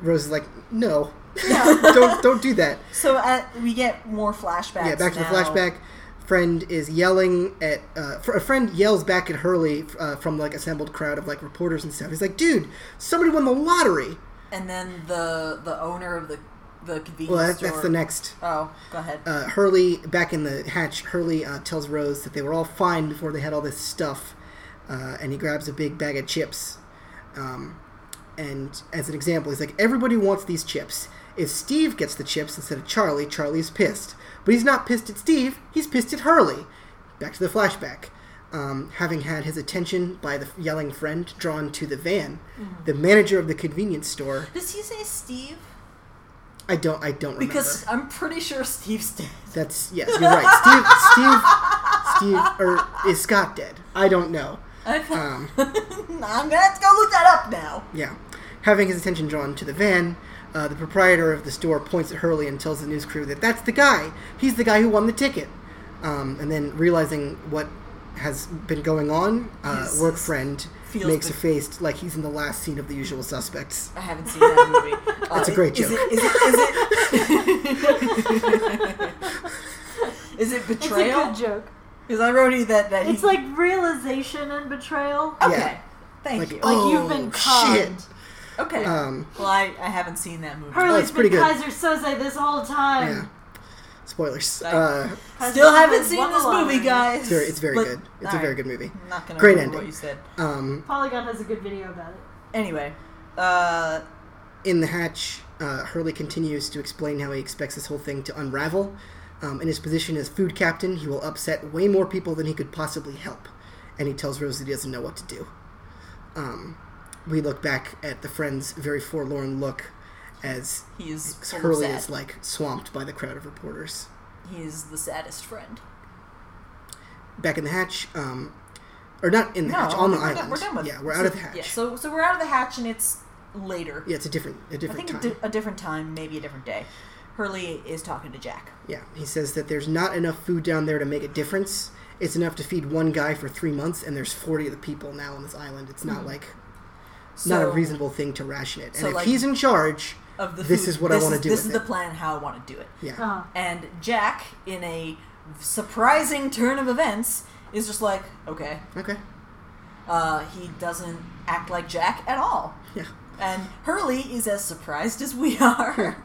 Rose is like, no, don't don't do that.
So uh, we get more flashbacks.
Yeah, back to the
now.
flashback. Friend is yelling at uh, fr- a friend yells back at Hurley uh, from like assembled crowd of like reporters and stuff. He's like, dude, somebody won the lottery.
And then the the owner of the the convenience
Well, that,
store.
that's the next
Oh, go ahead.
uh, Hurley back in the hatch. Hurley uh, tells Rose that they were all fine before they had all this stuff, uh, and he grabs a big bag of chips. Um, and as an example, he's like, "Everybody wants these chips. If Steve gets the chips instead of Charlie, Charlie's pissed. But he's not pissed at Steve. He's pissed at Hurley." Back to the flashback. Um, having had his attention by the yelling friend drawn to the van, the manager of the convenience store.
Does he say Steve?
I don't. I don't remember.
Because I'm pretty sure Steve's dead.
That's yes, you're right. Steve, Steve, Steve, or is Scott dead? I don't know.
I thought-
Um,
I'm gonna have to go look that up now.
yeah, having his attention drawn to the van, uh, the proprietor of the store points at Hurley and tells the news crew that that's the guy. He's the guy who won the ticket. Um, and then realizing what has been going on, uh,
Yes.
work friend
Feels
makes
bad.
a face like he's in the last scene of The Usual Suspects.
I haven't seen that movie. Uh,
That's a great
is
joke.
It, is it, is it, is it
It's a
betrayal?
good joke.
Because I wrote you that that he-
It's like realization and betrayal.
okay.
Yeah.
Thank
Like,
you.
oh,
You've been
shit.
conned.
okay.
Um,
well, I, I haven't seen that movie.
Oh,
Hurley's
it's
been
pretty good.
Kaiser Soze this whole
yeah.
time.
Spoilers.
Like-
Uh,
Kaiser
Still
Soze
haven't seen
won the
this movie,
lottery.
guys.
it's very, it's very
But-
good. It's a
alright.
very good movie.
I'm not gonna
Great
remember what
ending.
you said.
Um,
Polygon has a good video about it.
Anyway, uh,
In the hatch, uh, Hurley continues to explain how he expects this whole thing to unravel. Um, in his position as food captain, he will upset way more people than he could possibly help. And he tells Rose that he doesn't know what to do. Um, we look back at the friend's very forlorn look as
he is sort of
Hurley
sad.
is like swamped by the crowd of reporters.
he is the saddest friend.
Back in the hatch, um, or not in the hatch, on the
we're
island.
Done, we're done with
yeah, we're out of the hatch.
Yeah, so so we're out of the hatch, and it's later.
Yeah, it's a different, a
I
different
think a,
time.
di- a different time, maybe a different day. Hurley is talking to Jack.
Yeah, he says that there's not enough food down there to make a difference. It's enough to feed one guy for three months, and there's 40 of the people now on this island. It's not like
Hmm. So,
not a reasonable thing to ration it. And
so,
if
like,
he's in charge,
Of the
this
food-
is what I
this
wanna do
This
with
is
it.
the plan how I want to do it.
yeah,
Uh-huh.
And Jack, in a surprising turn of events, is just like, okay.
okay,
Uh, he doesn't act like Jack at all.
yeah.
And Hurley is as surprised as we are.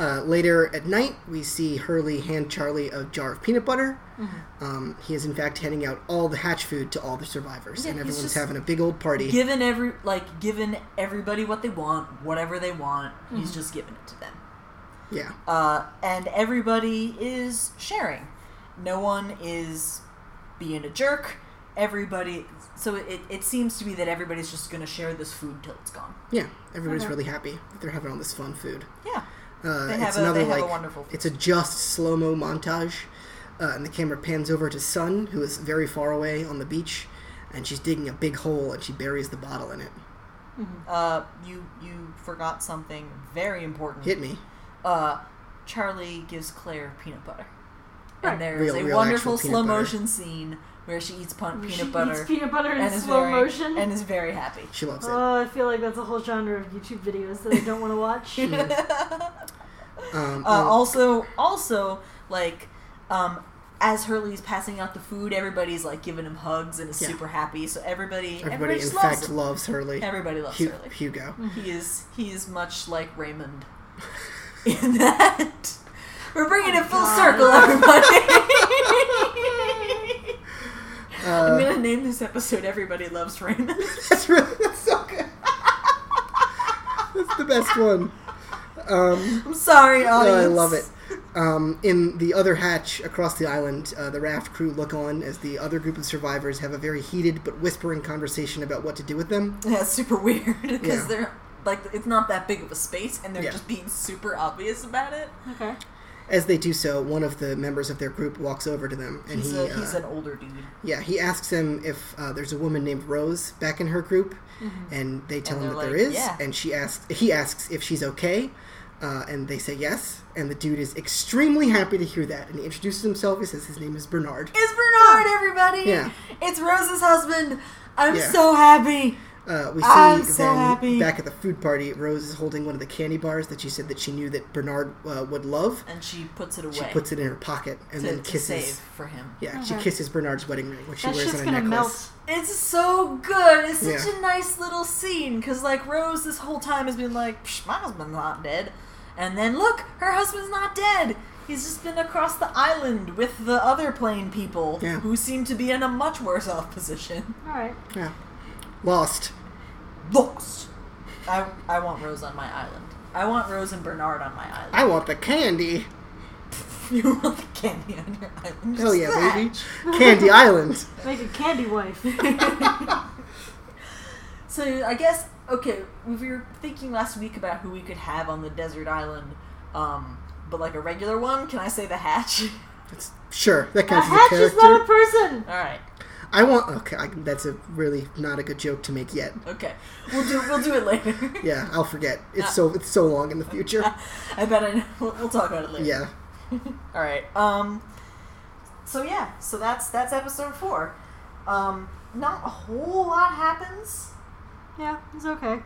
Uh, later at night, we see Hurley hand Charlie a jar of peanut butter.
Mm-hmm.
Um, he is in fact handing out all the hatch food to all the survivors,
Yeah,
and
he's
everyone's
just
having a big old party.
given every like given everybody what they want, whatever they want, he's just giving it to them.
yeah,
Uh, and everybody is sharing. No one is being a jerk. Everybody, so it, it seems to be that everybody's just going to share this food till it's gone.
yeah.
Uh-huh.
Everybody's
Okay.
really happy that they're having all this fun food.
Yeah.
Uh,
They
it's
have a-
another
they have a
like
wonderful-
it's a just slow mo montage, uh, and the camera pans over to Sun, who is very far away on the beach, and she's digging a big hole and she buries the bottle in it.
Uh, you you forgot something very important.
Hit me.
Uh, Charlie gives Claire peanut butter.
Right.
and there's
Real-
a
real
wonderful
actual peanut
slow
butter.
motion scene where she eats pun-
She
peanut butter
eats peanut butter in
and is
slow
very,
motion.
and is very happy.
She loves
Uh,
it.
oh, I feel like that's a whole genre of YouTube videos that I don't want to watch.
Um,
Uh,
well,
also, also like, um, as Hurley's passing out the food, everybody's like giving him hugs and is
Yeah.
super happy. So everybody, everybody,
everybody, in
just
fact,
loves him.
loves Hurley.
everybody loves
Hu-
Hurley.
Hugo.
Mm-hmm.
He is he is much like Raymond in that. We're bringing it full
Oh God.
circle, everybody. I'm
Uh,
gonna name this episode "Everybody Loves Raymond."
that's really that's so good. that's the best one. Um,
I'm sorry,
no,
audience.
I love it. Um, in the other hatch across the island, uh, the raft crew look on as the other group of survivors have a very heated but whispering conversation about what to do with them.
Yeah, it's super weird because
Yeah.
they're like it's not that big of a space, and they're
Yeah.
just being super obvious about it.
Okay.
As they do so, one of the members of their group walks over to them and
He's,
he
a, he's
uh,
an older dude.
Yeah, he asks them if uh, there's a woman named Rose back in her group, and they tell
Mm-hmm. And
him that
they're
there
like,
is.
"Yeah."
And she asks, he asks if she's okay, uh, and they say yes. And the dude is extremely happy to hear that, and he introduces himself. He says his name is Bernard.
It's Bernard, everybody.
Yeah.
It's Rose's husband. I'm
Yeah.
so happy.
Uh, we see
I'm so
then
happy.
back at the food party, Rose is holding one of the candy bars that she said that she knew that Bernard uh, would love.
And she puts it away.
She puts it in her pocket and
to,
then
to
kisses.
save for him.
Yeah, she
Okay.
kisses Bernard's wedding ring, which she
That
wears
shit's
on a
gonna
necklace.
melt.
It's so good. It's such
Yeah.
a nice little scene because, like, Rose this whole time has been like, Psh, my husband's not dead. And then, look, her husband's not dead. He's just been across the island with the other plane people
Yeah.
who seem to be in a much worse off position.
All right.
Yeah, lost.
Lost. I, I want Rose on my island. I want Rose and Bernard on my island.
I want the candy.
you want the candy on your island.
Hell
just
yeah,
that.
baby. Candy Island.
Make a candy wife.
So I guess okay, we were thinking last week about who we could have on the desert island, um, but like a regular one. Can I say the hatch?
That's- sure, that
a
counts as a
hatch is
character.
not a person.
All right,
I want. Okay, I, that's a really not a good joke to make yet.
okay, we'll do we'll do it later.
Yeah, I'll forget. It's so it's so long in the future.
I bet I know. We'll, we'll talk about it later.
Yeah,
All right. Um. So yeah, so that's that's episode four. Um, not a whole lot happens,
Yeah, it's okay.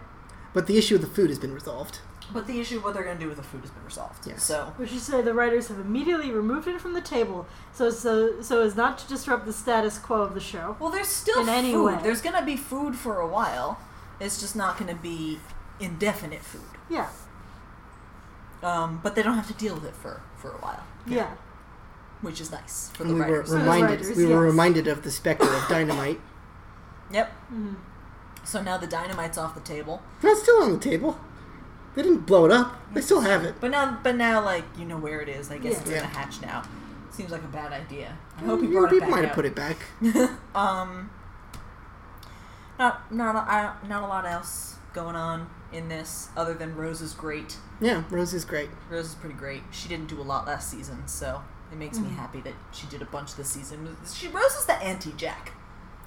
but the issue of the food has been resolved.
but the issue of what they're going to do with the food has been resolved.
Yes.
So
We should say the writers have immediately removed it from the table so so so as not to disrupt the status quo of the show.
Well, there's still
in
food.
any way.
There's gonna be food for a while. It's just not gonna be indefinite food.
Yeah.
Um, but they don't have to deal with it for for a while,
Yeah.
which is nice for the
And we were
writers.
the
reminded.
writers,
we were
yes.
reminded of the specter of dynamite.
Yep.
Mhm.
So now the dynamite's off the table,
That's still on the table. They didn't blow it up. They still have it.
but now but now like you know where it is. I guess
Yeah.
it's
Yeah. Mm,
in the hatch now. Seems like a bad idea. I hope he
You
brought it back.
might have
out.
put it back.
um. Not not a, I, not a lot else going on in this other than Rose is great.
Yeah, Rose is great.
Rose is pretty great. She didn't do a lot last season, so it makes
Mm.
me happy that she did a bunch this season. She Rose is the anti Jack.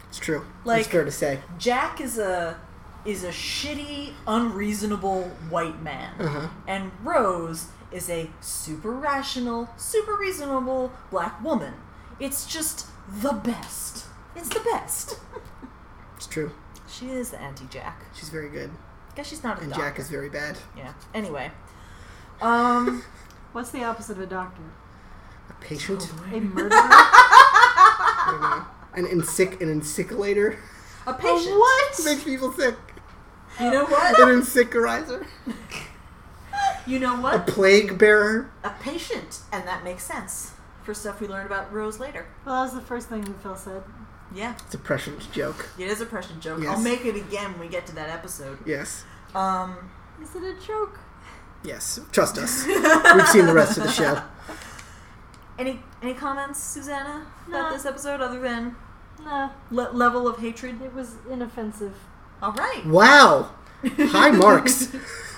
It's true.
Like-
it's fair to say.
Jack is a is a shitty, unreasonable white man,
Uh-huh.
and Rose is a super rational, super reasonable black woman. It's just the best. It's the best.
It's true.
she is the anti Jack.
She's very good,
Guess she's not a
and
doctor.
Jack is very bad.
yeah. Anyway, um,
What's the opposite of a doctor?
A patient,
Oh.
A murderer?
an insic, an insicculator.
a patient.
what?
makes people sick.
You know what?
An insicurizer.
You know
A
what?
plague bearer.
a patient, and that makes sense for stuff we learn about Rose later.
Well, that was the first thing that Phil said.
Yeah,
It's a prescient joke.
it is a Prussian joke.
Yes.
I'll make it again when we get to that episode.
Yes.
Um,
Is it a joke?
Yes. Trust us. We've seen the rest of the show.
any any comments, Susanna, about
No.
this episode other than
No,
le- level of hatred?
it was inoffensive.
All right.
Wow. High marks.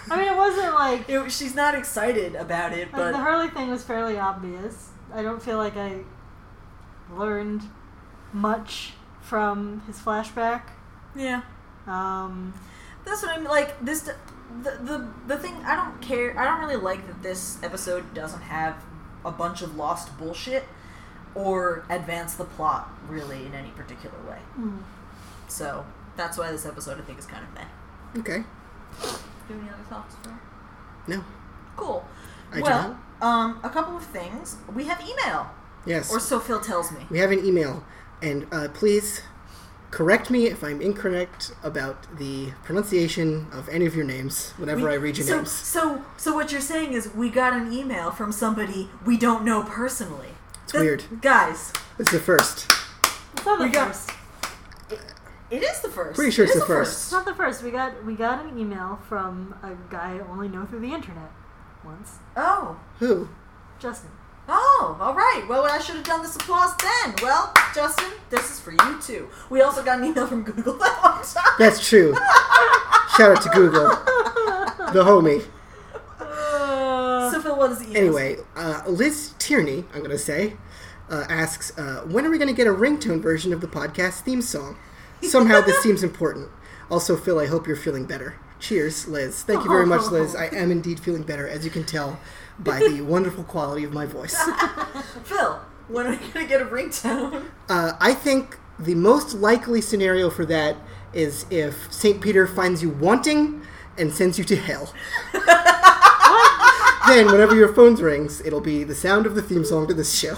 I mean, it wasn't like
It- she's not excited about it,
Like,
but
the Hurley thing was fairly obvious. I don't feel like I learned much from his flashback.
yeah,
Um,
that's what I'm like. This d- the the the thing I don't care. I don't really like that this episode doesn't have a bunch of lost bullshit or advance the plot really in any particular way. So that's why this episode I think is kind of meh.
Okay.
Do you have any other thoughts? Phil?
No.
Cool.
I do
well, um, a couple of things. We have email,
Yes.
or so Phil tells me.
We have an email, and uh, please correct me if I'm incorrect about the pronunciation of any of your names whenever I read your
so,
names.
so, so what you're saying is we got an email from somebody we don't know personally.
It's weird.
guys.
It's the first.
It's not the
We got-
first.
It is the first.
Pretty sure
It
it's
is
the first.
It's not the first. We got we got an email from a guy I only know through the internet once.
Oh,
Who?
Justin.
oh, all right. Well, I should have done this applause then. Well, Justin, this is for you too. We also got an email from Google that one time.
That's true. Shout out to Google, the homie.
so Phil, what is the email?
Anyway, uh, Liz Tierney, I'm going to say, uh, asks, uh, when are we going to get a ringtone version of the podcast theme song? Somehow this seems important. Also, Phil, I hope you're feeling better. Cheers, Liz. Thank you very much, Liz. I am indeed feeling better, as you can tell by the wonderful quality of my voice.
Phil, when are we gonna get a ringtone?
Uh, I think the most likely scenario for that is if St. Peter finds you wanting and sends you to hell. then, whenever your phone rings, it'll be the sound of the theme song to this show.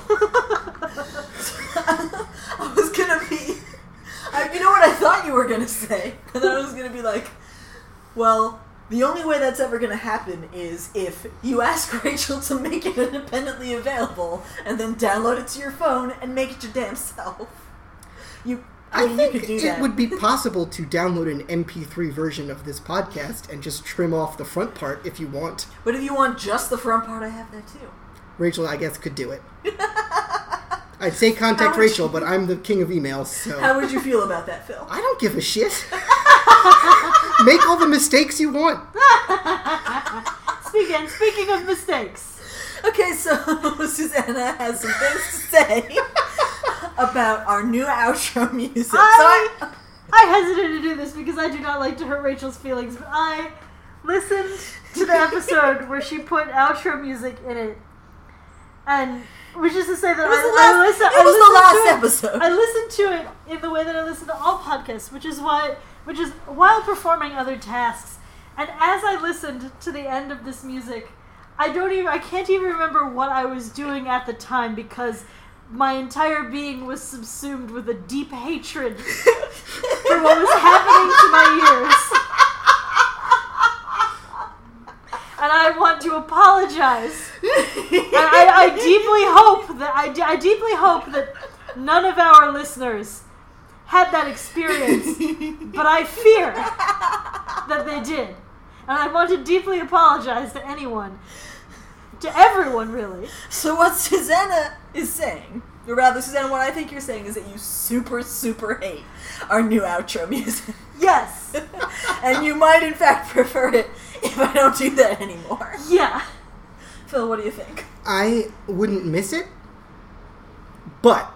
I was gonna be. I, you know what I thought you were gonna say? And then I was gonna be like, well, the only way that's ever gonna happen is if you ask Rachel to make it independently available and then download it to your phone and make it your damn self. You. I,
I
mean,
think
you could do
it
that.
would be possible to download an MP3 version of this podcast and just trim off the front part if you want.
But if you want just the front part, I have that too.
Rachel, I guess, could do it. I'd say contact
How would
Rachel, but I'm the king of emails, so.
How would you feel about that, Phil?
I don't give a shit. Make all the mistakes you want.
Speaking speaking of mistakes.
Okay, so Susanna has some things to say about our new outro
I-
music. so I,
I hesitated to do this because I do not like to hurt Rachel's feelings, but I listened to the episode where she put outro music in it. And which is to say that
it was
I,
the
I
last,
listen-
it
I
was
listened to it- I
the last episode.
listen to it in the way that I listen to all podcasts, which is why, which is while performing other tasks. And as I listened to the end of this music, I don't even, I can't even remember what I was doing at the time because my entire being was subsumed with a deep hatred for what was happening to my ears. And I want to apologize and I, I deeply hope that I, de- I deeply hope that none of our listeners had that experience, but I fear that they did, and I want to deeply apologize to anyone, to everyone really.
so what Susanna is saying, or rather, Susanna, what I think you're saying is that you super, super hate our new outro music,
Yes,
and you might, in fact, prefer it if I don't do that anymore.
yeah,
Phil, what do you think?
I wouldn't miss it, but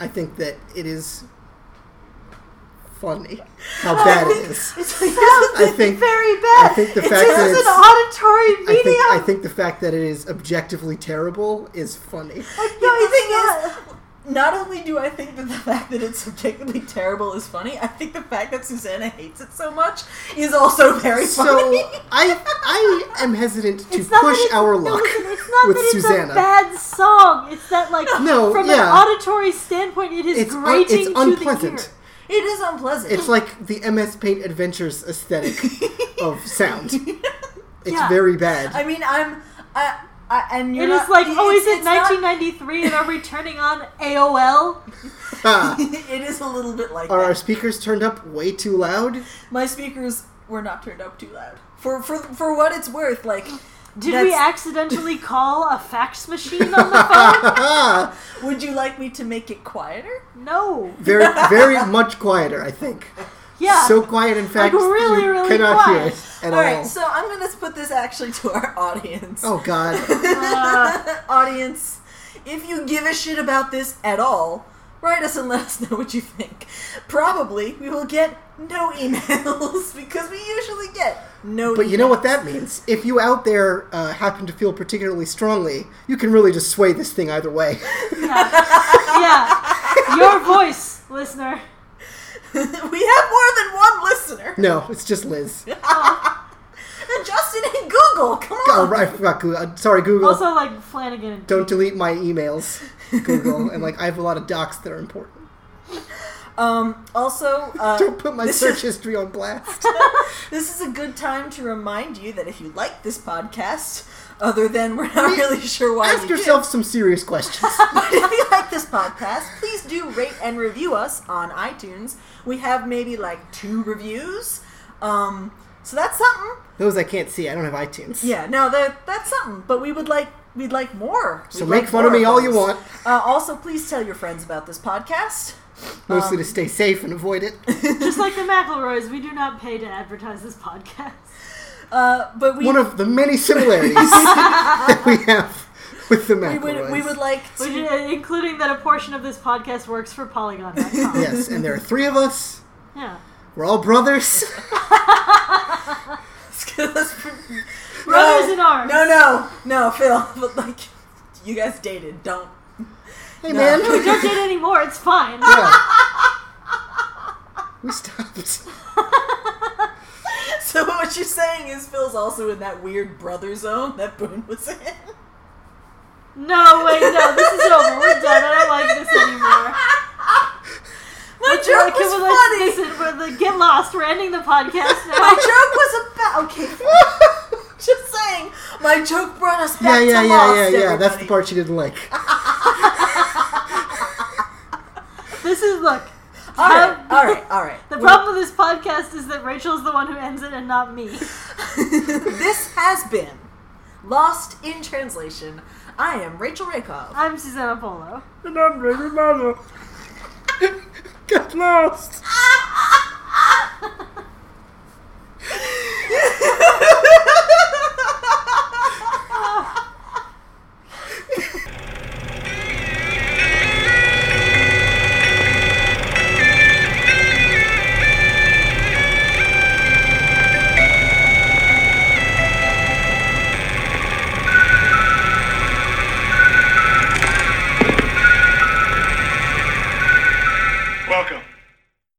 I think that it is funny how bad it is.
It's like,
I think
very bad.
I think the
It
fact
is
that
an
it's-
auditory
I
medium.
think I think the fact that it is objectively terrible is funny.
No, the thing
it's
is, not only do I think that the fact that it's subjectively terrible is funny, I think the fact that Susanna hates it so much is also very
So
funny.
I I am hesitant to
It's not that
push
it's-
our
no,
luck
listen, it's not
with
that it's
Susanna.
a bad song. It's that like
No,
from an
yeah.
auditory standpoint, it is
It's un-
grating
it's
to the ear.
unpleasant.
It is unpleasant.
It's like the MS Paint Adventures aesthetic of sound. It's
Yeah.
very bad.
I mean, I'm. I, I, and you're
It
not,
is like, oh,
it's-
is it
it's not-
1993 and are we turning on AOL?
Ah,
it is a little bit like
are our
that.
speakers turned up way too loud?
My speakers were not turned up too loud. For for for what it's worth, like,
Did we
That's-
accidentally call a fax machine on the
Ah,
would you like me to make it quieter?
phone? No.
very very much quieter, I think.
Yeah.
So quiet, in fact,
really,
you
really
cannot hear
quiet.
it at all.
all right, so I'm gonna put this actually to our audience.
oh God,
Uh,
audience, if you give a shit about this at all, write us and let us know what you think. Probably we will get no emails because we usually get No,
But you know what that means. If you out there uh, happen to feel particularly strongly, you can really just sway this thing either way.
yeah. Your voice, listener.
we have more than one listener.
no, it's just Liz.
And Justin and Google, come
Oh,
on.
right, I forgot Google. Uh, Sorry, Google.
Also, like Flanagan and
Don't delete my emails, Google. and like, I have a lot of docs that are important.
Um, also, uh,
Don't put my
this
search
is-
history on blast.
this is a good time to remind you that if you like this podcast, other than we're not
Me-
really sure why
Ask
you
yourself some serious questions.
Did. But if you like this podcast, please do rate and review us on iTunes. We have maybe like two reviews. Um, so that's something.
Those I can't see. I don't have iTunes.
Yeah, no, that that's something. But we would like we'd like more.
So
We'd
make
like
fun
more
of me all you
those.
want,
Uh, also, please tell your friends about this podcast.
mostly
um,
to stay safe and avoid it.
just like the McElroys, we do not pay to advertise this podcast.
Uh, but we
One of the many similarities that we have with the
we
McElroys.
would we would like
We
to.
do- including that a portion of this podcast works for Polygon.com.
Yes, and there are three of us.
Yeah.
We're all brothers.
Brothers
no,
in arms.
No, no, no, Phil. But like, you guys dated. Don't.
Hey, man.
We don't date anymore. It's fine.
Yeah. We stopped.
So what you're saying is Phil's also in that weird brother zone that Boone was in.
No, wait, no. This is over. We're done. I don't like this anymore.
My
Let's- can
joke was
we,
funny.
like, Listen, we're the, get lost. We're ending the podcast now.
My joke was about okay. Just saying, my joke brought us
Yeah,
back
yeah,
to
yeah,
Lost.
yeah, yeah. That's the
everybody.
part she didn't like.
This is look.
All right, all right, all right.
The
Well,
problem with this podcast is that Rachel's the one who ends it and not me.
this has been Lost in Translation. I am Rachel Rakoff.
I'm Susanna Polo.
And I'm Lady Mother. Get lost.